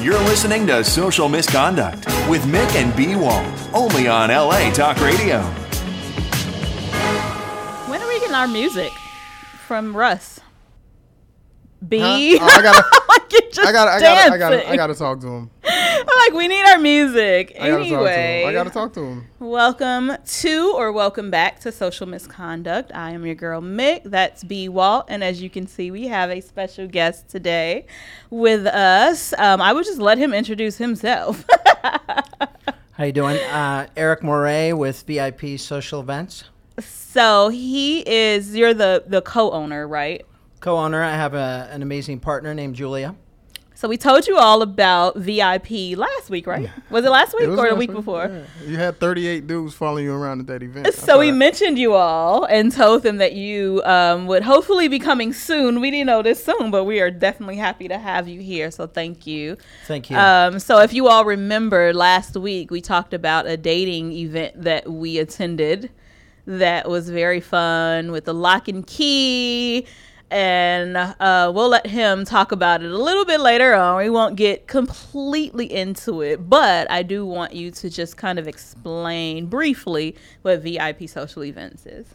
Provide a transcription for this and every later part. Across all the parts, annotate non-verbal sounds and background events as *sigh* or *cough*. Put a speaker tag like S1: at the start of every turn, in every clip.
S1: You're listening to Social Misconduct with Mick and B Wall, only on LA Talk Radio.
S2: When are we getting our music from Russ? B. *laughs*
S3: Huh? Oh, I gotta,
S2: like you just
S3: I gotta, I gotta, I gotta, I gotta talk to him.
S2: am like, we need our music
S3: I gotta talk to
S2: anyway.
S3: him. I gotta talk to him.
S2: Welcome to or welcome back to Social Misconduct. I am your girl Mick. That's B Walt, and as you can see, we have a special guest today with us. Um, I would just let him introduce himself. *laughs*
S4: How you doing? Uh, Eric Moray with VIP Social Events,
S2: so he is. You're the the co-owner, right?
S4: co-owner. I have a, an amazing partner named Julia.
S2: So we told you all about VIP last week, right? Was it last week
S3: It was
S2: or the
S3: last
S2: week before?
S3: Yeah. You had 38 dudes following you around at that event. I
S2: So we
S3: thought-
S2: mentioned you all and told them that you um, would hopefully be coming soon. We didn't know this soon, but we are definitely happy to have you here. So thank you.
S4: Thank you.
S2: Um, so if you all remember last week, we talked about a dating event that we attended that was very fun with the lock and key. And uh, we'll let him talk about it a little bit later on. We won't get completely into it, but I do want you to just kind of explain briefly what VIP social events is.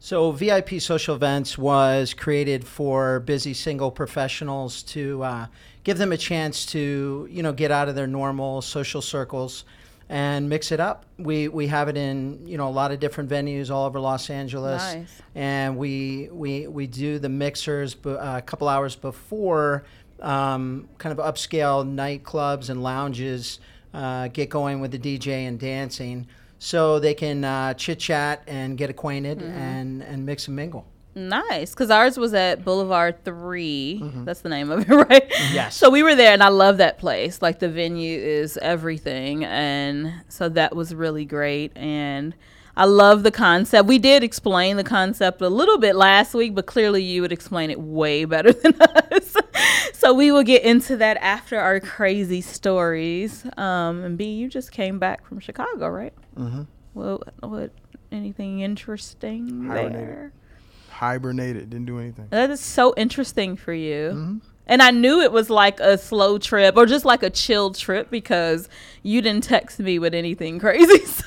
S4: So VIP Social Events was created for busy single professionals to uh, give them a chance to, you know, get out of their normal social circles and mix it up. We we have it in, you know, a lot of different venues all over Los Angeles.
S2: Nice.
S4: And we we we do the mixers b- a couple hours before um, kind of upscale nightclubs and lounges uh, get going with the DJ and dancing. So they can uh, chit chat and get acquainted and, and mix and mingle.
S2: Nice, because ours was at Boulevard 3 That's the name of it, *laughs* right?
S4: Yes.
S2: So we were there, and I love that place. Like the venue is everything, and so that was really great. And I love the concept. We did explain the concept a little bit last week, but clearly you would explain it way better *laughs* than us. so we will get into that after our crazy stories. Um, and B, you just came back from Chicago, right? Mm-hmm. Well, what? Anything interesting
S3: Hibernated.
S2: there?
S3: hibernated, didn't do
S2: *laughs*
S3: anything.
S2: That is so interesting for you.
S3: Mm-hmm.
S2: And I knew it was like a slow trip or just like a chill trip because you didn't text me with anything *laughs* crazy. So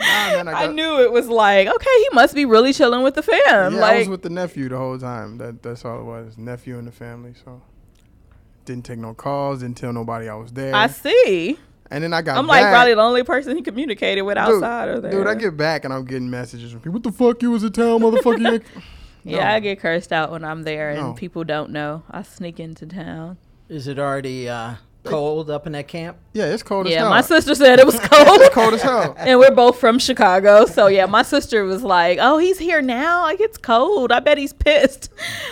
S3: Nah, man, I
S2: I,
S3: got-
S2: knew it was like, okay, he must be really chilling with the fam.
S3: yeah,
S2: like,
S3: I was with the nephew the whole time. That that's all it was. Nephew and the family. So didn't take no calls. Didn't tell nobody I was there.
S2: I see.
S3: and then I got.
S2: I'm like
S3: back.
S2: probably the only person he communicated with outside of
S3: dude,
S2: there.
S3: dude, I get back and I'm getting messages from people. What the fuck? You was in town, motherfucker.
S2: yeah, I get cursed out when I'm there and
S3: No.
S2: people don't know. I sneak into town.
S4: Is it already uh, cold up in that camp?
S3: *laughs* yeah, it's cold as
S2: Yeah,
S3: hell.
S2: my sister said it was *laughs* cold.
S3: it's cold as hell.
S2: and we're both from Chicago. So yeah, my sister was like, "Oh, he's here now. Like it's cold. I bet he's pissed."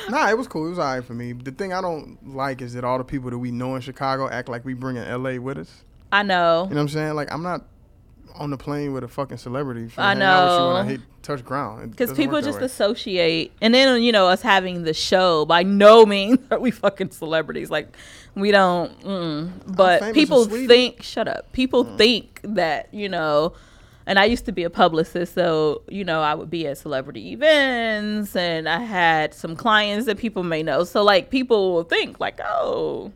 S3: Nah, it was cool. It was alright for me. The thing I don't like is that all the people that we know in Chicago act like we bringing LA with us.
S2: I know.
S3: You know what I'm saying? Like I'm not on the plane with a fucking celebrity. For
S2: I
S3: hanging out with you when I
S2: know.
S3: hit touch ground. It
S2: Because
S3: doesn't
S2: people
S3: work that
S2: just
S3: way.
S2: associate, and then you know us having the show. By no *laughs* means are we fucking celebrities. Like we don't. Mm.
S3: famous Mm.
S2: But
S3: in
S2: people
S3: Sweden.
S2: think. Shut up. People think that you know. And I used to be a publicist, so you know I would be at celebrity events, and I had some clients that people may know. So like people will think like, oh,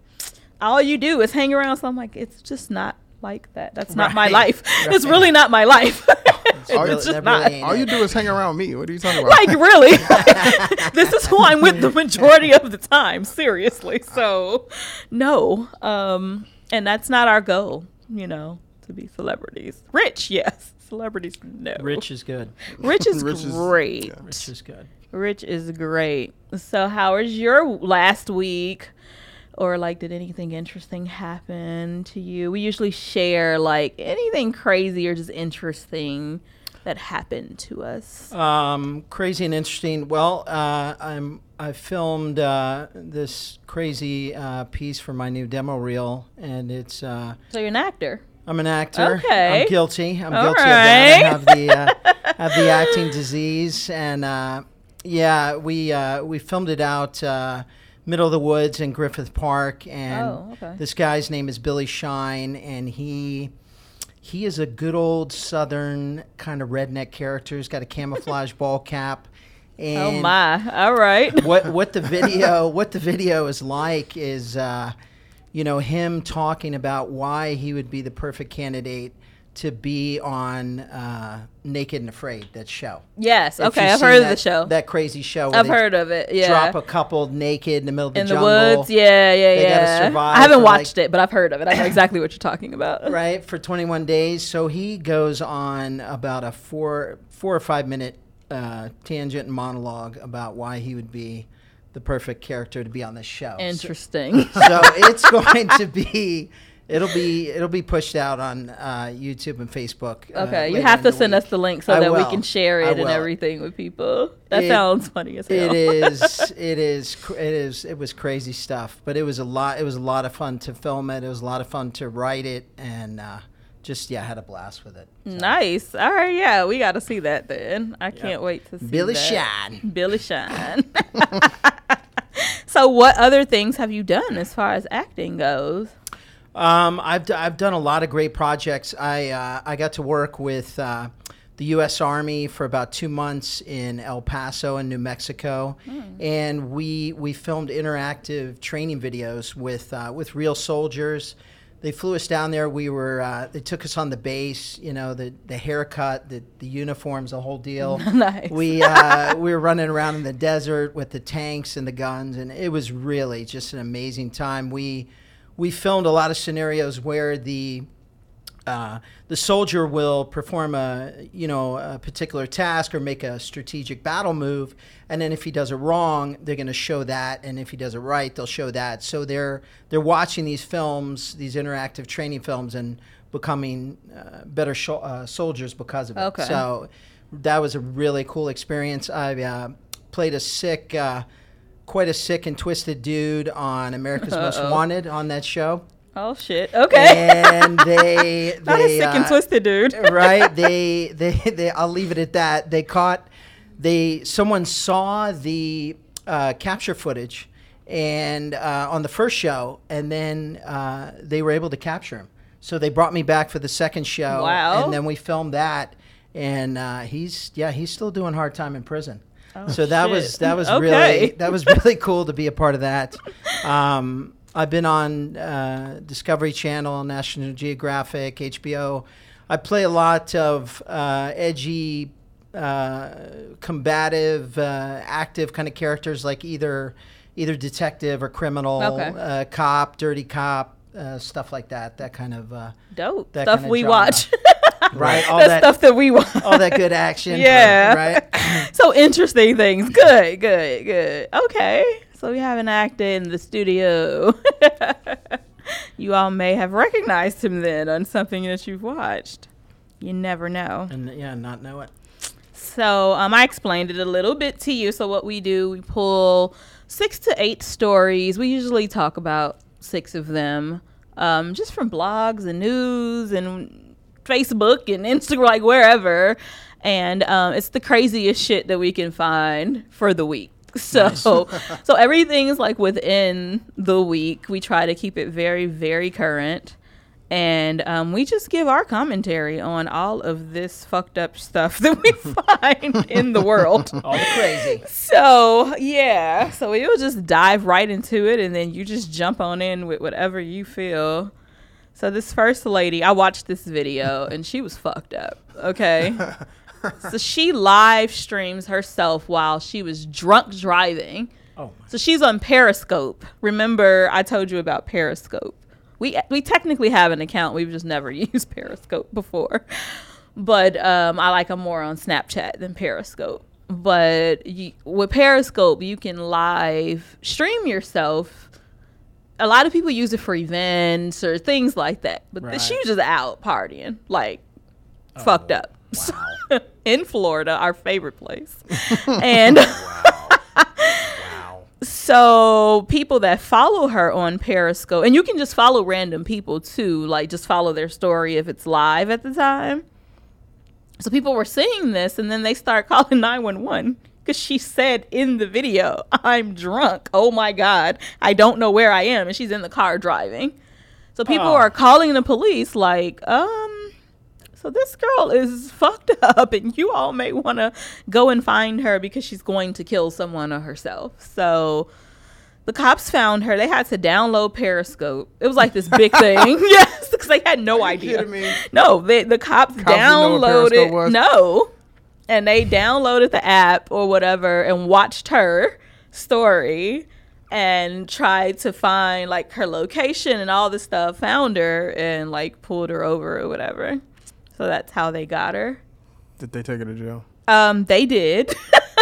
S2: all you do is hang around. So I'm like, it's just not like that. That's not my
S3: *laughs*
S4: Right.
S2: life. It's really not my life. *laughs* it's
S3: really-
S2: just
S4: that really
S2: not.
S4: ain't
S3: all you do is hang around me. What are
S2: *laughs*
S3: you talking about?
S2: like really this is who i'm with the majority of the time seriously so no um and that's not our goal you know to be celebrities rich yes celebrities no
S4: Rich is *laughs* good.
S2: rich is
S3: *laughs* Rich is-
S2: great
S3: yeah.
S4: Rich is good.
S2: rich is great so how was your last week or like did anything interesting happen to you we usually share like anything crazy or just interesting that happened to us
S4: Um, crazy and interesting. Well, uh, I'm I filmed uh, this crazy uh, piece for my new demo reel, and it's uh,
S2: so you're an actor
S4: I'm an actor.
S2: Okay.
S4: I'm guilty. I'm
S2: All
S4: guilty of that.
S2: right.
S4: I
S2: *laughs*
S4: have the uh, have the acting disease, and uh, yeah, we uh, we filmed it out uh, middle of the woods in Griffith Park, and
S2: Oh, okay.
S4: this guy's name is Billy Shine, and he. He is a good old southern kind of redneck character. He's got a camouflage ball cap. And
S2: *laughs* Oh my! All right.
S4: what what the video what the video is like is uh, you know, him talking about why he would be the perfect candidate to be on uh, Naked and Afraid, that show.
S2: *laughs* Yes.
S4: If
S2: Okay.
S4: you've
S2: I've
S4: seen
S2: heard of the
S4: that-
S2: show.
S4: That crazy show. where
S2: I've
S4: they
S2: heard of it. Yeah.
S4: Drop a couple naked in the middle of the
S2: in the
S4: jungle.
S2: woods. Yeah, yeah,
S4: They gotta
S2: yeah.
S4: survive
S2: I haven't
S4: for, like-
S2: watched it, but I've heard of it. I
S4: *laughs*
S2: know exactly what you're talking about.
S4: right for 21 days so he goes on about a four four or five minute uh, tangent and monologue about why he would be the perfect character to be on this show so, *laughs*
S2: Interesting.
S4: so it's going to be it'll be it'll be pushed out on uh, youtube and facebook uh,
S2: Okay, you
S4: later
S2: have
S4: in
S2: to
S4: the
S2: send
S4: week.
S2: us the link so
S4: I
S2: that we
S4: will.
S2: can share
S4: I
S2: it and
S4: will.
S2: everything with people. That
S4: It-
S2: sounds funny as hell.
S4: it is it is cr- it is it was crazy stuff but it was a lot it was a lot of fun to film it it was a lot of fun to write it and uh, just yeah I had a blast with it
S2: Mm, nice. All right, yeah, we got to see that then. I can't wait to see
S4: billy
S2: that.
S4: shine
S2: Billy Shine.
S4: *laughs*
S2: *laughs* so, what other things have you done as far as acting goes? *laughs*
S4: Um, I've, d- I've done a lot of great projects. I, uh, I got to work with uh, the U.S. Army for about two months in El Paso in New Mexico, and we we filmed interactive training videos with uh, with real soldiers. They flew us down there. We were uh, they took us on the base. You know the the haircut, the the uniforms, the whole deal.
S2: Nice.
S4: We uh, we were running around in the desert with the tanks and the guns, and it was really just an amazing time. We we filmed a lot of scenarios where the uh, the soldier will perform a you know a particular task or make a strategic battle move, and then if he does it wrong, they're going to show that, and if he does it right, they'll show that. So they're they're watching these films, these interactive training films, and becoming uh, better sho uh, soldiers because of it.
S2: Okay.
S4: So that was a really cool experience. I uh, played a sick. Uh, Quite a sick and twisted dude on America's Most Wanted on that show
S2: Oh shit. Okay.
S4: and
S2: *laughs*
S4: they
S2: Not a
S4: they
S2: sick and
S4: uh,
S2: twisted dude.
S4: *laughs* right they, they they i'll leave it at that they caught they someone saw the uh, capture footage and uh, on the first show and then uh, they were able to capture him so they brought me back for the second show
S2: Wow.
S4: and then we filmed that and uh, he's yeah he's still doing hard time in prison so that
S2: Oh, shit.
S4: was that was really
S2: Okay.
S4: that was really cool to be a part of that. Um, I've been on uh, Discovery Channel, National Geographic, HBO. I play a lot of uh, edgy, uh, combative, uh, active kind of characters, like either either detective or criminal,
S2: Okay.
S4: uh, cop, dirty cop, uh, stuff like that. That kind
S2: *laughs*
S4: of uh,
S2: Dope.
S4: That
S2: stuff
S4: kinda
S2: we
S4: genre. *laughs*
S2: watch.
S4: right, all
S2: That's
S4: that
S2: stuff that we watch.
S4: all that good action.
S2: *laughs* Yeah. *laughs*
S4: right.
S2: so interesting things.
S4: *laughs*
S2: Good, good, good. Okay. So we haven't acted in the studio. *laughs* you all may have recognized him then on something that you've watched. You never know.
S4: And yeah, not know it.
S2: So um, I explained it a little bit to you. So what we do, we pull six to eight stories. We usually talk about six of them, um, just from blogs and news and Facebook and Instagram, like wherever. And um, it's the craziest shit that we can find for the week. *laughs* So, so everything is like within the week. We try to keep it very, very current and um, we just give our commentary on all of this fucked up stuff *laughs* that we find in the world.
S4: All the
S2: *laughs*
S4: crazy.
S2: Um, So yeah, so we will just dive right into it, and then you just jump on in with whatever you feel. So this first lady, I watched this video, and she was fucked up. Okay. So she live streams herself while she was drunk driving.
S4: Oh,
S2: So she's on Periscope. Remember, I told you about Periscope. We we technically have an account. We've just never *laughs* used Periscope before. But um, I like I'm more on Snapchat than Periscope. But you, with Periscope, you can live stream yourself. A lot of people use it for events or things like that. But
S4: Right. Oh,
S2: this she was just out partying, like fucked up.
S4: wow.
S2: *laughs* In Florida, our favorite place. *laughs* and
S4: wow.
S2: so people that follow her on Periscope, and you can just follow random people too, like just follow their story if it's live at the time. So people were seeing this, and then they start calling 911 because she said in the video, I'm drunk. Oh my God. I don't know where I am. And she's in the car driving. So people
S4: Oh.
S2: are calling the police, like, um, so this girl is fucked *laughs* up, and you all may want to go and find her because she's going to kill someone or herself. So The cops found her. They had to download Periscope. It was like this
S3: *laughs*
S2: big thing. *laughs* yes, because they had no idea.
S3: kidding me?
S2: No, they, the cops,
S3: didn't know what Periscope
S2: downloaded.
S3: was?
S2: No. And they downloaded the app or whatever and watched her story and tried to find like her location and all this stuff. Found her and like pulled her over or whatever. So that's how they got her.
S3: Did they take her to jail?
S2: Um, they
S3: *laughs*
S2: did.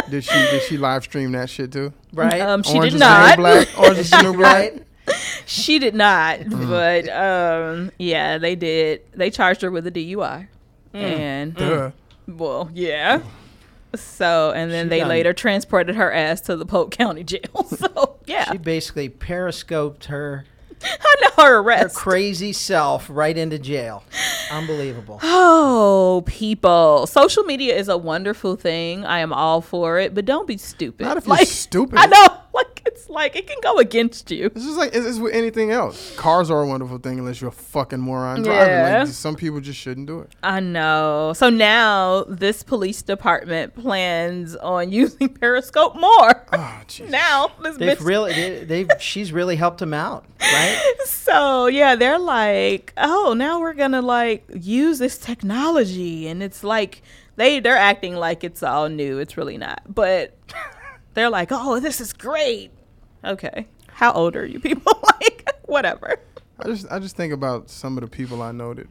S3: Did she did she live stream that shit too?
S4: right?
S2: Um, she
S3: Orange
S2: did
S3: is the New
S2: not.
S3: Black. Orange is the new black.
S4: right?
S2: *laughs* She did not,
S3: Mm.
S2: but um, yeah, they did. They charged her with a DUI, and
S3: Duh.
S2: well, yeah. So, and then
S4: She
S2: they
S4: done-
S2: later transported her ass to the Polk County Jail. *laughs* So, yeah,
S4: She basically periscoped her
S2: I know her
S4: her
S2: arrest.
S4: crazy self right into jail.
S2: *laughs*
S4: Unbelievable.
S2: oh, people! Social media is a wonderful thing. I am all for it, but don't be stupid.
S3: Not if you're stupid.
S2: I know, *laughs* like it's like it can go against you.
S3: It's just like it's, it's with anything else. Cars are a wonderful thing unless you're a fucking moron driving.
S2: Yeah.
S3: Like, some people just shouldn't do it.
S2: I know. So now this police department plans on *laughs* using Periscope more.
S3: Oh, jeez.
S2: now this
S4: They've
S2: bitch.
S4: really they, they've she's really helped him out,
S2: *laughs*
S4: right?
S2: so yeah, they're like, oh, now we're gonna like use this technology, and it's like they they're acting like it's all new. It's really not, but *laughs* they're like, oh, this is great. Okay, how old are you people? *laughs* like whatever.
S3: I just I just think about some of the people I know that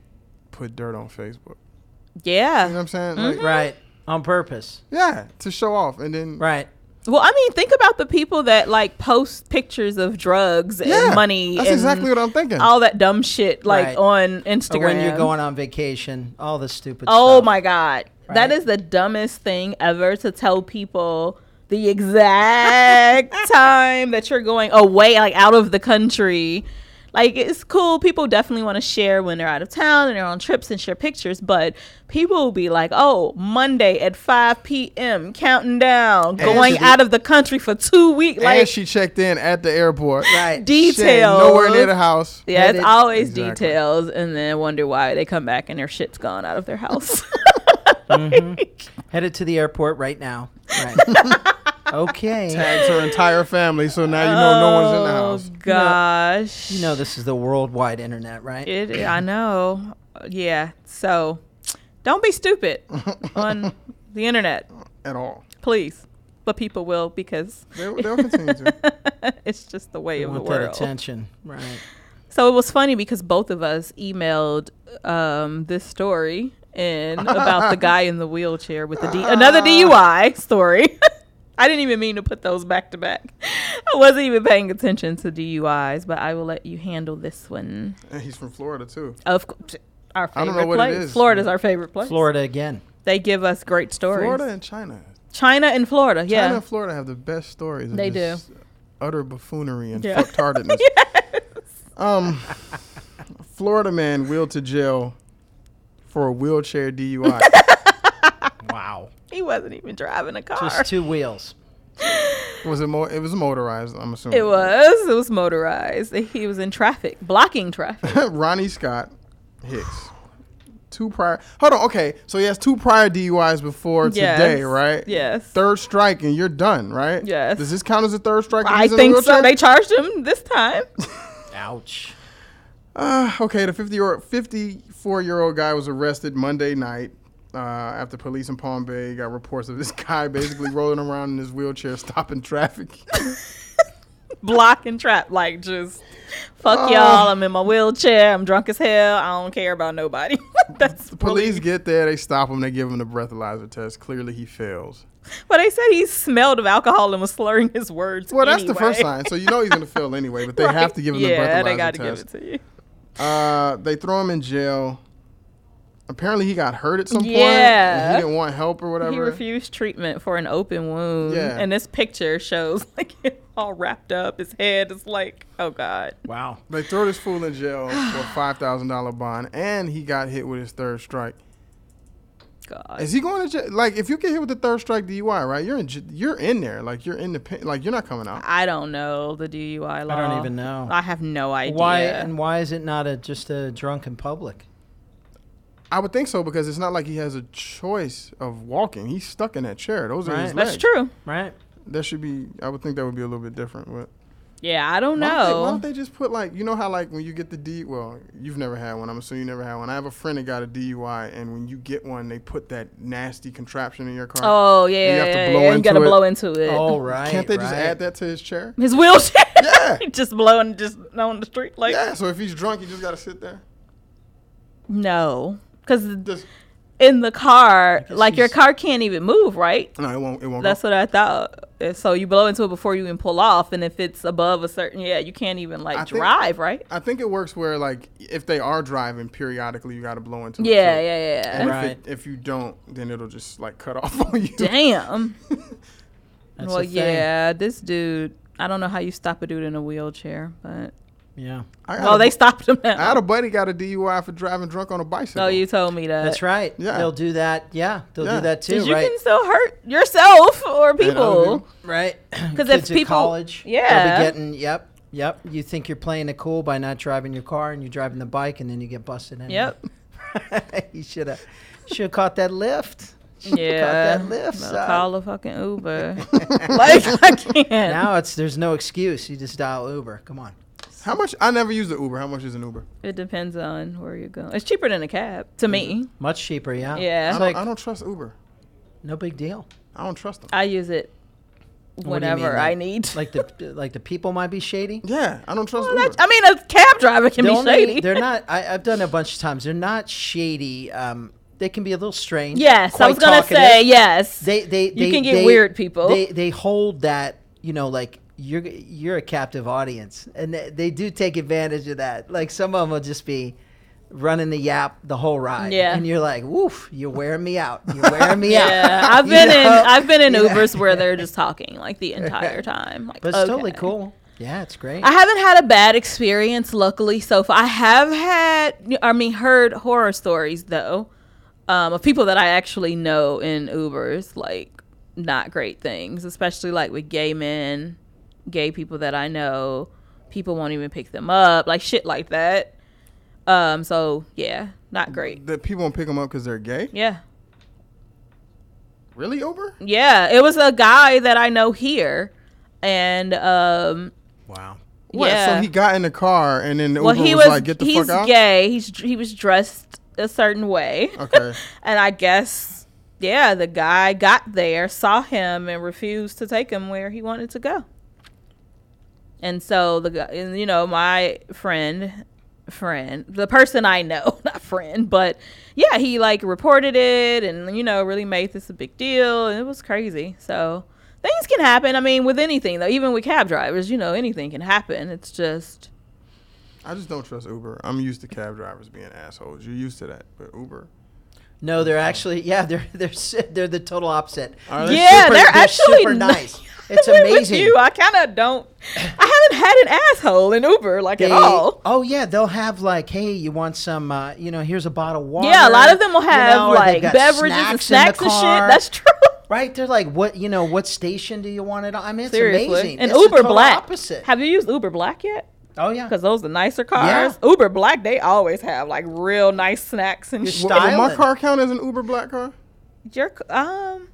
S3: put dirt on Facebook. You know what
S2: Yeah.
S3: I'm saying? Like,
S2: Mm-hmm.
S4: Right. On purpose.
S3: yeah, to show off, and then
S4: Right.
S2: Well, I mean, think about the people that like post pictures of drugs
S3: yeah,
S2: and money.
S3: That's
S2: and
S3: exactly what I'm thinking.
S2: all that dumb shit like
S4: Right.
S2: on Instagram.
S4: Or when you're going on vacation, all the stupid
S2: oh
S4: stuff.
S2: my god,
S4: Right.
S2: that is the dumbest thing ever to tell people the
S3: *laughs*
S2: exact time that you're going away, like out of the country. Like it's cool. People definitely want to share when they're out of town and they're on trips and share pictures. But people will be like, "Oh, Monday at 5 p.m. counting down, going
S3: she-
S2: out of the country for two weeks."
S3: and
S2: Like
S3: she checked in at the airport.
S4: Right.
S3: She ain't
S2: details.
S3: Nowhere near the house.
S2: Yeah,
S4: That
S2: it's
S4: is-
S2: always
S3: Exactly.
S2: details, and then wonder why they come back and their shit's gone out of their house. *laughs*
S3: Mm-hmm.
S4: Headed to the airport right now.
S2: *laughs*
S4: Right. okay.
S3: Tags her entire family, so now you know no one's in the
S2: Oh,
S3: house.
S2: Gosh,
S4: You know this is the worldwide internet, right?
S2: it. I know. Yeah. So, don't be stupid on the internet,
S3: At all.
S2: please. But people will because *laughs*
S3: They, will continue to.
S2: it's just the way
S4: You
S2: of the
S4: want that
S2: world.
S4: attention.
S2: *laughs*
S4: Right.
S2: So it was funny because both of us emailed um, this story in about the guy in the wheelchair with the D- another DUI story. *laughs* I didn't even mean to put those back to back. I wasn't even paying attention to DUIs, but I will let you handle this one.
S3: And he's from Florida too.
S2: Of course, our
S3: I
S2: favorite
S3: don't know what it
S2: place.
S3: is.
S2: Florida's our favorite place.
S4: Florida again.
S2: They give us great stories.
S3: Florida and China.
S2: China and Florida. Yeah.
S3: China and Florida have the best stories. Of
S2: They
S3: just Utter buffoonery and
S2: Yeah. *laughs*
S3: fucktardedness. Um, Florida man wheeled to jail for a
S2: *laughs*
S3: wheelchair DUI.
S4: Wow.
S2: he wasn't even driving a car.
S4: Just two wheels.
S3: was it? Mo- it was motorized. I'm assuming
S2: it was. It was motorized. He was in traffic, blocking
S3: *laughs*
S2: traffic.
S3: *laughs* Ronnie Scott Hicks. Two prior. Hold on. Okay, so he has two prior DUIs before today,
S2: Yes,
S3: right?
S2: yes.
S3: Third strike and you're done, right?
S2: Yes.
S3: Does this count as a third strike? if
S2: I
S3: he's in a
S2: think so.
S3: wheelchair?
S2: They charged him this
S3: *laughs*
S2: time.
S4: Ouch.
S3: Uh, okay, the 50 year 54 year old guy was arrested Monday night uh, after police in Palm Bay got reports of this *laughs* guy basically rolling around in his wheelchair, stopping traffic.
S2: *laughs* Block and trap, like just
S3: Oh.
S2: fuck y'all. I'm in my wheelchair. I'm drunk as hell. I don't care about nobody. *laughs* That's
S3: Police get there, they stop him, they give him the breathalyzer test. Clearly, he fails.
S2: But they said he smelled of alcohol and was slurring his words.
S3: Well, that's the first
S2: anyway.
S3: sign, so you know
S2: *laughs*
S3: he's gonna fail anyway. But they
S2: Right.
S3: have to give him
S2: yeah,
S3: the breathalyzer
S2: they gotta
S3: test.
S2: give it to you.
S3: Uh, they throw him in jail. Apparently, he got hurt at some point. and
S2: Yeah.
S3: he didn't want help or whatever.
S2: He refused treatment for an open wound.
S3: Yeah.
S2: And this picture shows *laughs* like him all wrapped up. His head is like, oh god.
S4: Wow.
S3: They throw this fool in jail for a five thousand dollar bond, and he got hit with his third strike.
S2: God.
S3: Is he going to jail? Like, if you get hit with the third strike DUI, right? You're in, j- you're in there. Like, you're in the pen. Like, you're not coming out.
S2: I don't know the DUI law.
S4: don't even know.
S2: I have no idea.
S4: Why and why is it not a just a drunk in public?
S3: I would think so because it's not like he has a choice of walking. He's stuck in that chair. Those are his
S4: Right.
S3: legs.
S2: That's true.
S4: Right.
S3: That should be. I would think that would be a little bit different. But
S2: Yeah, I don't
S3: Why don't, they, why
S2: know.
S3: don't they just put like you know how like when you get the D well you've never had one I'm assuming you never had one I have a friend that got a DUI and when you get one they put that nasty contraption in your car
S2: Oh yeah,
S3: You have to
S2: yeah,
S3: blow
S2: yeah, you gotta
S3: into it.
S2: blow into it. *laughs*
S4: All Oh,
S2: Oh,
S4: right.
S3: can't they just
S4: right.
S3: add that to his chair
S2: His wheelchair,
S3: *laughs* Yeah.
S2: just blowing just on the street like
S3: yeah so if he's drunk you just gotta sit there
S2: no, because
S3: just
S2: in the car,
S4: guess
S2: like your
S4: he's-
S2: car can't even move, right?
S3: no it won't it won't
S2: That's
S3: go.
S2: what I thought. And So you blow into it before you even pull off, and if it's above a certain, yeah, you can't even like
S3: I think-
S2: drive, right?
S3: I think it works where like if they are driving periodically you gotta blow into it
S2: Yeah,
S3: too.
S2: yeah, yeah.
S3: And
S4: Right.
S3: if, it, if you don't then it'll just like cut *laughs* off on you
S2: Damn.
S4: That's
S2: well,
S4: a thing.
S2: yeah, this dude. I don't know how you stop a dude in a wheelchair, but
S4: Yeah.
S3: I got
S2: oh,
S3: a-
S2: they stopped him
S3: I had
S2: now.
S3: a buddy got a DUI for driving drunk on a bicycle
S2: Oh, you told me that.
S4: That's right.
S3: Yeah.
S4: They'll do that. Yeah. They'll
S3: Yeah.
S4: do that too,
S2: 'Cause you
S4: right?
S2: can still hurt yourself or
S3: And other
S2: people.
S3: people-
S4: Right. *clears throat*
S2: 'Cause if
S4: Kids at
S2: people-
S4: college,
S2: yeah.
S4: they'll be getting yep, yep. You think you're playing it cool by not driving your car and you're driving the bike and then you get busted
S2: *laughs*
S4: in. *laughs*
S2: Yep.
S4: you should have should have caught that lift.
S2: Yeah.
S4: that lift,
S2: Well,
S4: son.
S2: Call a fucking Uber.
S4: *laughs*
S2: like I can't.
S4: Now it's there's no excuse. You just dial Uber. Come on.
S3: How much? I never used the Uber. How much is an Uber?
S2: It depends on where you're going. It's cheaper than a cab to me.
S4: Much cheaper, yeah.
S2: Yeah.
S3: I
S4: It's
S3: don't,
S4: like
S3: I don't trust Uber.
S4: no big deal.
S3: I don't trust them.
S2: I use it
S4: do you
S2: whenever
S4: mean,
S2: I
S4: like-
S2: need. to.
S4: Like the like the people might be shady.
S3: yeah, I don't trust
S2: *laughs* Well,
S3: Uber.
S2: that- Oh, I mean, a cab driver can
S4: The
S2: be
S4: only-
S2: shady.
S4: They're not. I, I've done it a bunch of times. They're not shady. Um, they can be a little
S2: *laughs*
S4: strange.
S2: Yes, I
S4: quite
S2: was gonna
S4: talkative.
S2: say yes.
S4: They they, they
S2: can get
S4: they-
S2: weird people.
S4: They they hold that you know like you're you're a captive audience, and they, they do take advantage of that. Like some of them will just be running the yap the whole ride.
S2: Yeah.
S4: and you're like, woof, you're wearing me out. You're wearing me
S2: *laughs*
S4: out. *laughs*
S2: yeah, I've
S4: You
S2: been in
S4: know?
S2: I've been in
S4: You know?
S2: Ubers where they're just talking like the
S4: *laughs*
S2: entire time. Like,
S4: But it's totally
S2: okay.
S4: cool. Yeah, it's great.
S2: I haven't had a bad experience, luckily. So far, I have had, I mean, heard horror stories though, um, of people that I actually know in Ubers, like not great things, especially like with gay men, gay people that I know. People won't even pick them up, like shit like that. Um, so yeah, not great.
S3: that people won't pick them up because they're gay.
S2: Yeah.
S3: Really, Uber?
S2: Yeah, it was a guy that I know here, and um,
S4: wow.
S3: What?
S2: yeah.
S3: So he got in the car and then the
S2: well,
S3: Uber
S2: he
S3: was,
S2: was,
S3: like, "Get the
S2: he's
S3: fuck out." Oh,
S2: gay. He's he was dressed a certain way, *laughs*
S3: Okay.
S2: and I guess yeah, the guy got there, saw him, and refused to take him where he wanted to go. And so the guy, and, you know, my friend, friend, the person I know, *laughs* not friend, but yeah, he like reported it and you know really made this a big deal, and it was crazy. So things can happen. I mean, with anything though, even with cab drivers, you know, anything can happen. It's just
S3: I just don't trust Uber. I'm used to cab drivers being assholes. You're used to that, but Uber.
S4: No, they're actually yeah, they're *laughs* they're si- they're the total opposite.
S3: Are
S4: They're
S3: they?
S2: Yeah, they're actually
S4: super
S2: ni- *laughs*
S4: nice. It's
S2: agree with
S4: amazing.
S2: you. I kind of don't. I haven't had an asshole in Uber like
S4: They-
S2: at all.
S4: Oh yeah, they'll have like, hey, you want some? Uh, you know, here's a bottle of water.
S2: Yeah, a lot of them will
S4: you
S2: have
S4: know, or they've
S2: like
S4: got
S2: beverages and snacks
S4: in
S2: and
S4: the
S2: shit.
S4: car.
S2: That's *laughs* true.
S4: right. They're like, what? You know, what station do you want it on? I mean, it's
S2: Seriously,
S4: amazing.
S2: and
S4: It's the
S2: Uber
S4: total
S2: Black.
S4: Opposite.
S2: Have you used Uber Black yet?
S4: oh yeah.
S2: Because those are nicer cars. Uber Black, they always have like real nice snacks and
S4: You're
S2: shit.
S3: Will, will my
S4: Styling.
S3: car count as an Uber black car?
S2: Your c- um,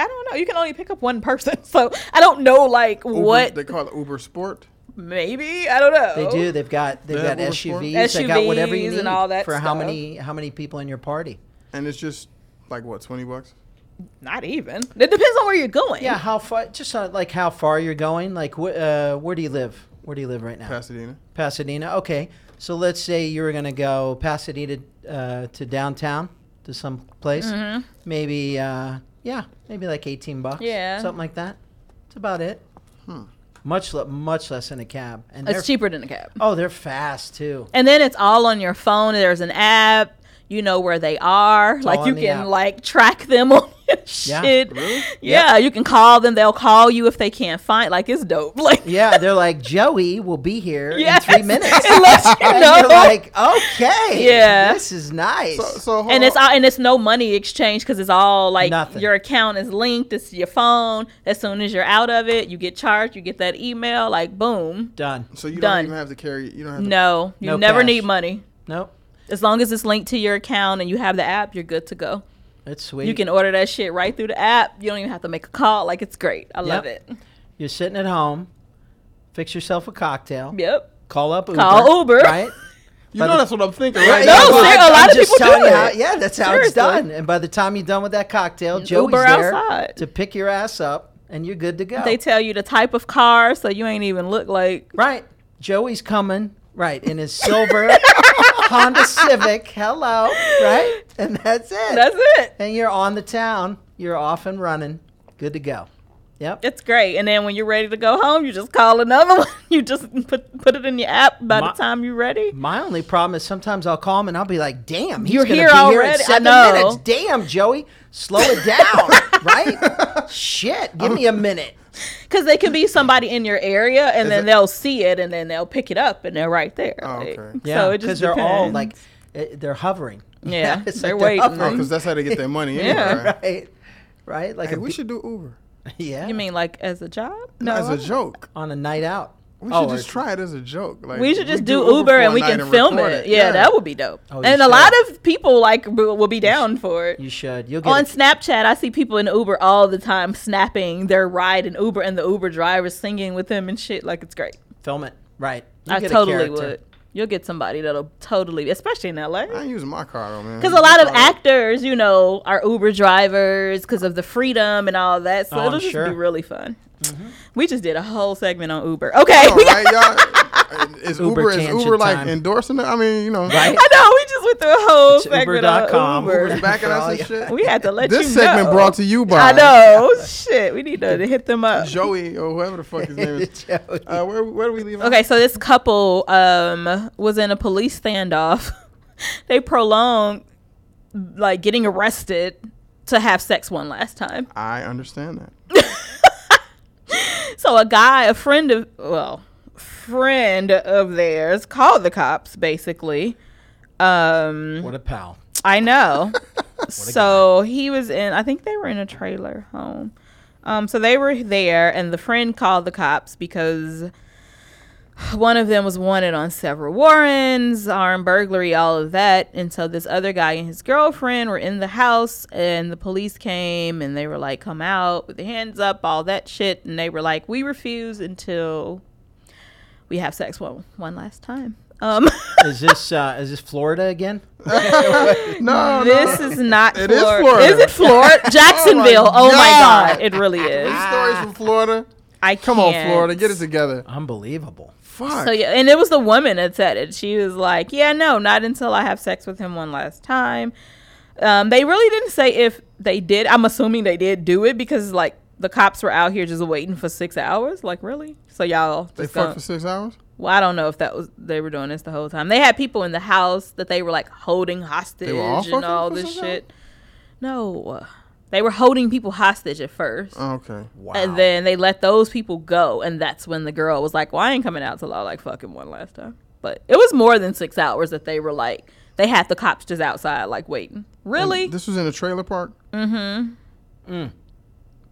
S2: I don't know. You can only pick up one person, *laughs* so I don't know like
S3: Uber,
S2: what.
S3: they call it Uber Sport?
S2: maybe I don't know.
S4: They do. They've got they've
S3: They
S4: got
S3: have Uber Sport?
S4: SUVs. they got whatever you
S2: SUVs
S4: need
S2: and all that
S4: for how
S2: stuff.
S4: many how many people in your party.
S3: And it's just like what, twenty bucks?
S2: Not even. It depends on where you're going.
S4: Yeah, how far? Just uh, like how far you're going. Like, wh- uh, where do you live? Where do you live right now?
S3: Pasadena.
S4: Pasadena. Okay, so let's say you were gonna go Pasadena uh, to downtown to some place.
S2: Mm-hmm.
S4: Maybe uh, yeah, maybe like eighteen bucks.
S2: Yeah.
S4: something like that. That's about it.
S3: Hmm.
S4: Much le- much less than a cab, and they're,
S2: it's cheaper than a cab.
S4: Oh, they're fast too.
S2: And then it's all on your phone. There's an app. You know where they are. like
S4: all
S2: you
S4: on the
S2: can
S4: app.
S2: like track them *laughs* on your
S4: Yeah.
S2: shit. Yeah, you can call them. They'll call you if they can't find. Like it's dope. *laughs* Like
S4: Yeah, they're like Joey will be here
S2: Yes.
S4: in three minutes.
S2: *laughs* It lets you
S4: *laughs* And
S2: know.
S4: you're like, okay,
S2: Yeah.
S4: this is nice.
S3: So, so hold
S2: and it's
S3: on.
S2: all and it's no money exchange because it's all like
S4: "Oh." Nothing.
S2: your account is linked. It's your phone. As soon as you're out of it, you get charged. You get that email. Like boom.
S4: Done.
S3: so you
S2: done.
S3: don't even have to carry. You don't have to.
S2: No, you
S4: No
S2: never
S4: cash.
S2: need money.
S4: Nope,
S2: As long as it's linked to your account and you have the app, you're good to go.
S4: that's sweet.
S2: You can order that shit right through the app. You don't even have to make a call. Like it's great. I love
S4: Yep.
S2: it.
S4: You're sitting at home. fix yourself a cocktail,
S2: Yep.
S4: call up Uber.
S2: Call Uber.
S4: Right?
S3: You
S4: By
S3: know
S4: the-
S3: that's what I'm thinking, right?
S2: No,
S4: yeah,
S2: ser-
S4: well,
S2: a
S4: I'm
S2: lot of
S4: just
S2: people
S4: telling
S2: do
S4: you how-
S2: it.
S4: yeah, that's how
S2: Seriously.
S4: it's done. And by the time you're done with that cocktail, Joey's
S2: Uber
S4: there
S2: outside.
S4: to pick your ass up, and you're good to go.
S2: They tell you the type of car, so you ain't even look like
S4: right? Joey's coming, right? In his
S2: *laughs*
S4: silver Honda Civic. Hello, right? And that's it.
S2: that's it.
S4: and you're on the town. You're off and running. Good to go. Yep.
S2: It's great. And then when you're ready to go home, you just call another *laughs* one. You just put put it in your app by
S4: My-
S2: the time you're ready.
S4: My only problem is sometimes I'll call him and I'll be like, "Damn, he's
S2: You're
S4: gonna
S2: here
S4: be Here in
S2: already? I
S4: seven
S2: know.
S4: minutes. Damn, Joey, slow
S2: *laughs*
S4: it down, right? Shit, give me a minute.
S2: Because they can be somebody in your area, and then
S3: it-
S2: they'll see it, and then they'll pick it up, and they're right there.
S3: Oh,
S2: Like,
S3: okay.
S4: Yeah,
S2: so it just
S4: they're all
S2: depends.
S4: like, eh, they're hovering. *laughs*
S2: Yeah,
S4: It's
S2: they're
S4: like they're
S2: waiting.
S4: hovering.
S3: because that's how they
S2: *laughs*
S3: get their money. Anyway,
S2: Yeah.
S3: right?
S4: *laughs* right, right. Like
S3: Hey,
S4: a
S3: we
S4: bee-
S3: should do Uber
S4: yeah.
S2: You mean like as a job?
S3: no, as a joke.
S4: on a night out?
S3: We
S4: Oh,
S3: should just
S4: or-
S3: try it as a joke. Like
S2: we should just do,
S3: for
S2: Uber
S3: a
S2: and we
S3: night
S2: can film
S3: record
S2: it. Yeah, that would be dope.
S4: Oh, you
S2: and a lot
S4: should.
S2: of people like b- will be down for it.
S4: You should. You'll get.
S2: On
S4: a-
S2: Snapchat, I see people in Uber all the time snapping their ride in Uber, and the Uber driver singing with them and shit. Like it's great.
S4: film it. Right. You
S2: I
S4: get a
S2: totally
S4: character.
S2: would. You'll get somebody that'll totally, especially in LA.
S3: I ain't using my car though, man.
S2: Because a lot of
S3: My car-
S2: *laughs* actors, you know, are Uber drivers because of the freedom and all that. So
S4: Oh, I'm
S2: it'll just
S4: sure. Mm-hmm.
S2: be really fun. We just did a whole segment on Uber. Okay. *laughs*
S3: All right, y'all. *laughs* Is
S4: Uber
S3: Uber, is
S4: tangent
S3: Uber like
S4: time.
S3: endorsing it? I mean, you know,
S4: Right.
S2: I know. We just went through a whole
S4: It's
S2: segment
S4: Uber.com.
S2: on Uber.
S4: Uber's
S3: backing
S4: For all
S3: us
S4: you-
S3: and shit.
S2: We had to let
S3: This
S2: you
S3: segment
S2: know.
S3: brought to you by
S2: I know. Oh, Shit. We need to hit them up.
S3: Joey or whoever the
S4: *laughs*
S3: fuck his name is.
S4: Joey.
S3: Uh, where, where do we leave? off?
S2: Okay, so this couple um, was in a police standoff. *laughs* they prolonged like getting arrested to have sex one last time.
S3: I understand that.
S2: So a guy, a friend of well, friend of theirs called the cops basically. Um
S4: What a pal.
S2: I know. so he was in I think they were in a trailer home. Um so they were there and the friend called the cops because one of them was wanted on several warrants, armed burglary, all of that. And so this other guy and his girlfriend were in the house, and the police came and they were like, come out with their hands up, all that shit. And they were like, we refuse until we have sex one, one last time. Um, *laughs*
S4: Is this uh, is this Florida again?
S3: No,
S2: this is not
S3: It is
S2: Florida.
S3: Florida.
S2: Is it
S3: *laughs*
S2: Florida? Jacksonville. oh
S3: Oh my
S2: my
S3: God.
S2: God. It really is.
S3: no. Stories from Florida.
S2: I can't.
S3: Come on, Florida, get it together.
S4: Unbelievable.
S3: Fuck.
S2: So yeah, and it was the woman that said it. She was like, "Yeah, no, not until I have sex with him one last time." Um, they really didn't say if they did. I'm assuming they did do it because like the cops were out here just waiting for six hours. Like really? So y'all
S3: they
S2: just
S3: fucked
S2: gonna-
S3: for six hours.
S2: well, I don't know if that was they were doing this the whole time. They had people in the house that they were like holding hostage
S3: were all
S2: and
S3: fucking
S2: all
S3: for
S2: this
S3: some time?
S2: shit. No, they were holding people hostage at first.
S3: Oh, okay.
S4: Wow.
S2: And then they let those people go, and that's when the girl was like, "Well, I ain't coming out till I like fucking one last time." But it was more than six hours that they were like, they had the cops just outside, like waiting. Really?
S3: This was in a trailer park.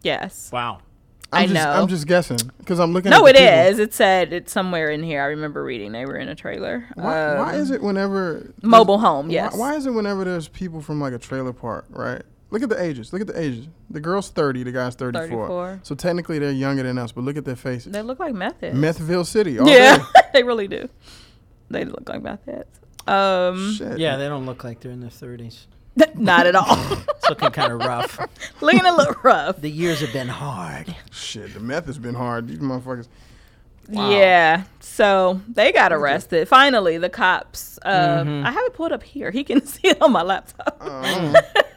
S2: yes.
S4: wow.
S3: I'm
S2: I
S3: just,
S2: know.
S3: I'm just guessing because I'm looking.
S2: No,
S3: at
S2: it
S3: the
S2: is.
S3: people.
S2: It said it's somewhere in here. I remember reading they were in a trailer.
S3: Why, why
S2: Um,
S3: is it whenever
S2: mobile
S3: there's-
S2: home?
S3: why-
S2: Yes.
S3: Why, is it whenever there's people from like a trailer park, right? Look at the ages. Look at the ages. The girl's thirty. The guy's thirty-four.
S2: 34.
S3: So technically they're younger than us, but look at their faces.
S2: They look like method.
S3: Methville City. All
S2: yeah, *laughs* they really do. They look like methheads.
S3: day.
S2: Um, *laughs*
S3: Shit.
S4: Yeah, they don't look like they're in their 30s.
S2: not at all. *laughs*
S4: It's looking kind of rough.
S2: Looking a little rough.
S4: *laughs* The years have been hard.
S3: Shit. The meth has been hard.
S2: *laughs*
S3: These motherfuckers.
S2: Yeah. So they got arrested. Finally, the cops. Uh,
S3: Mm-hmm.
S2: I have it pulled up here. He can *laughs* see it on my laptop.
S3: Uh. I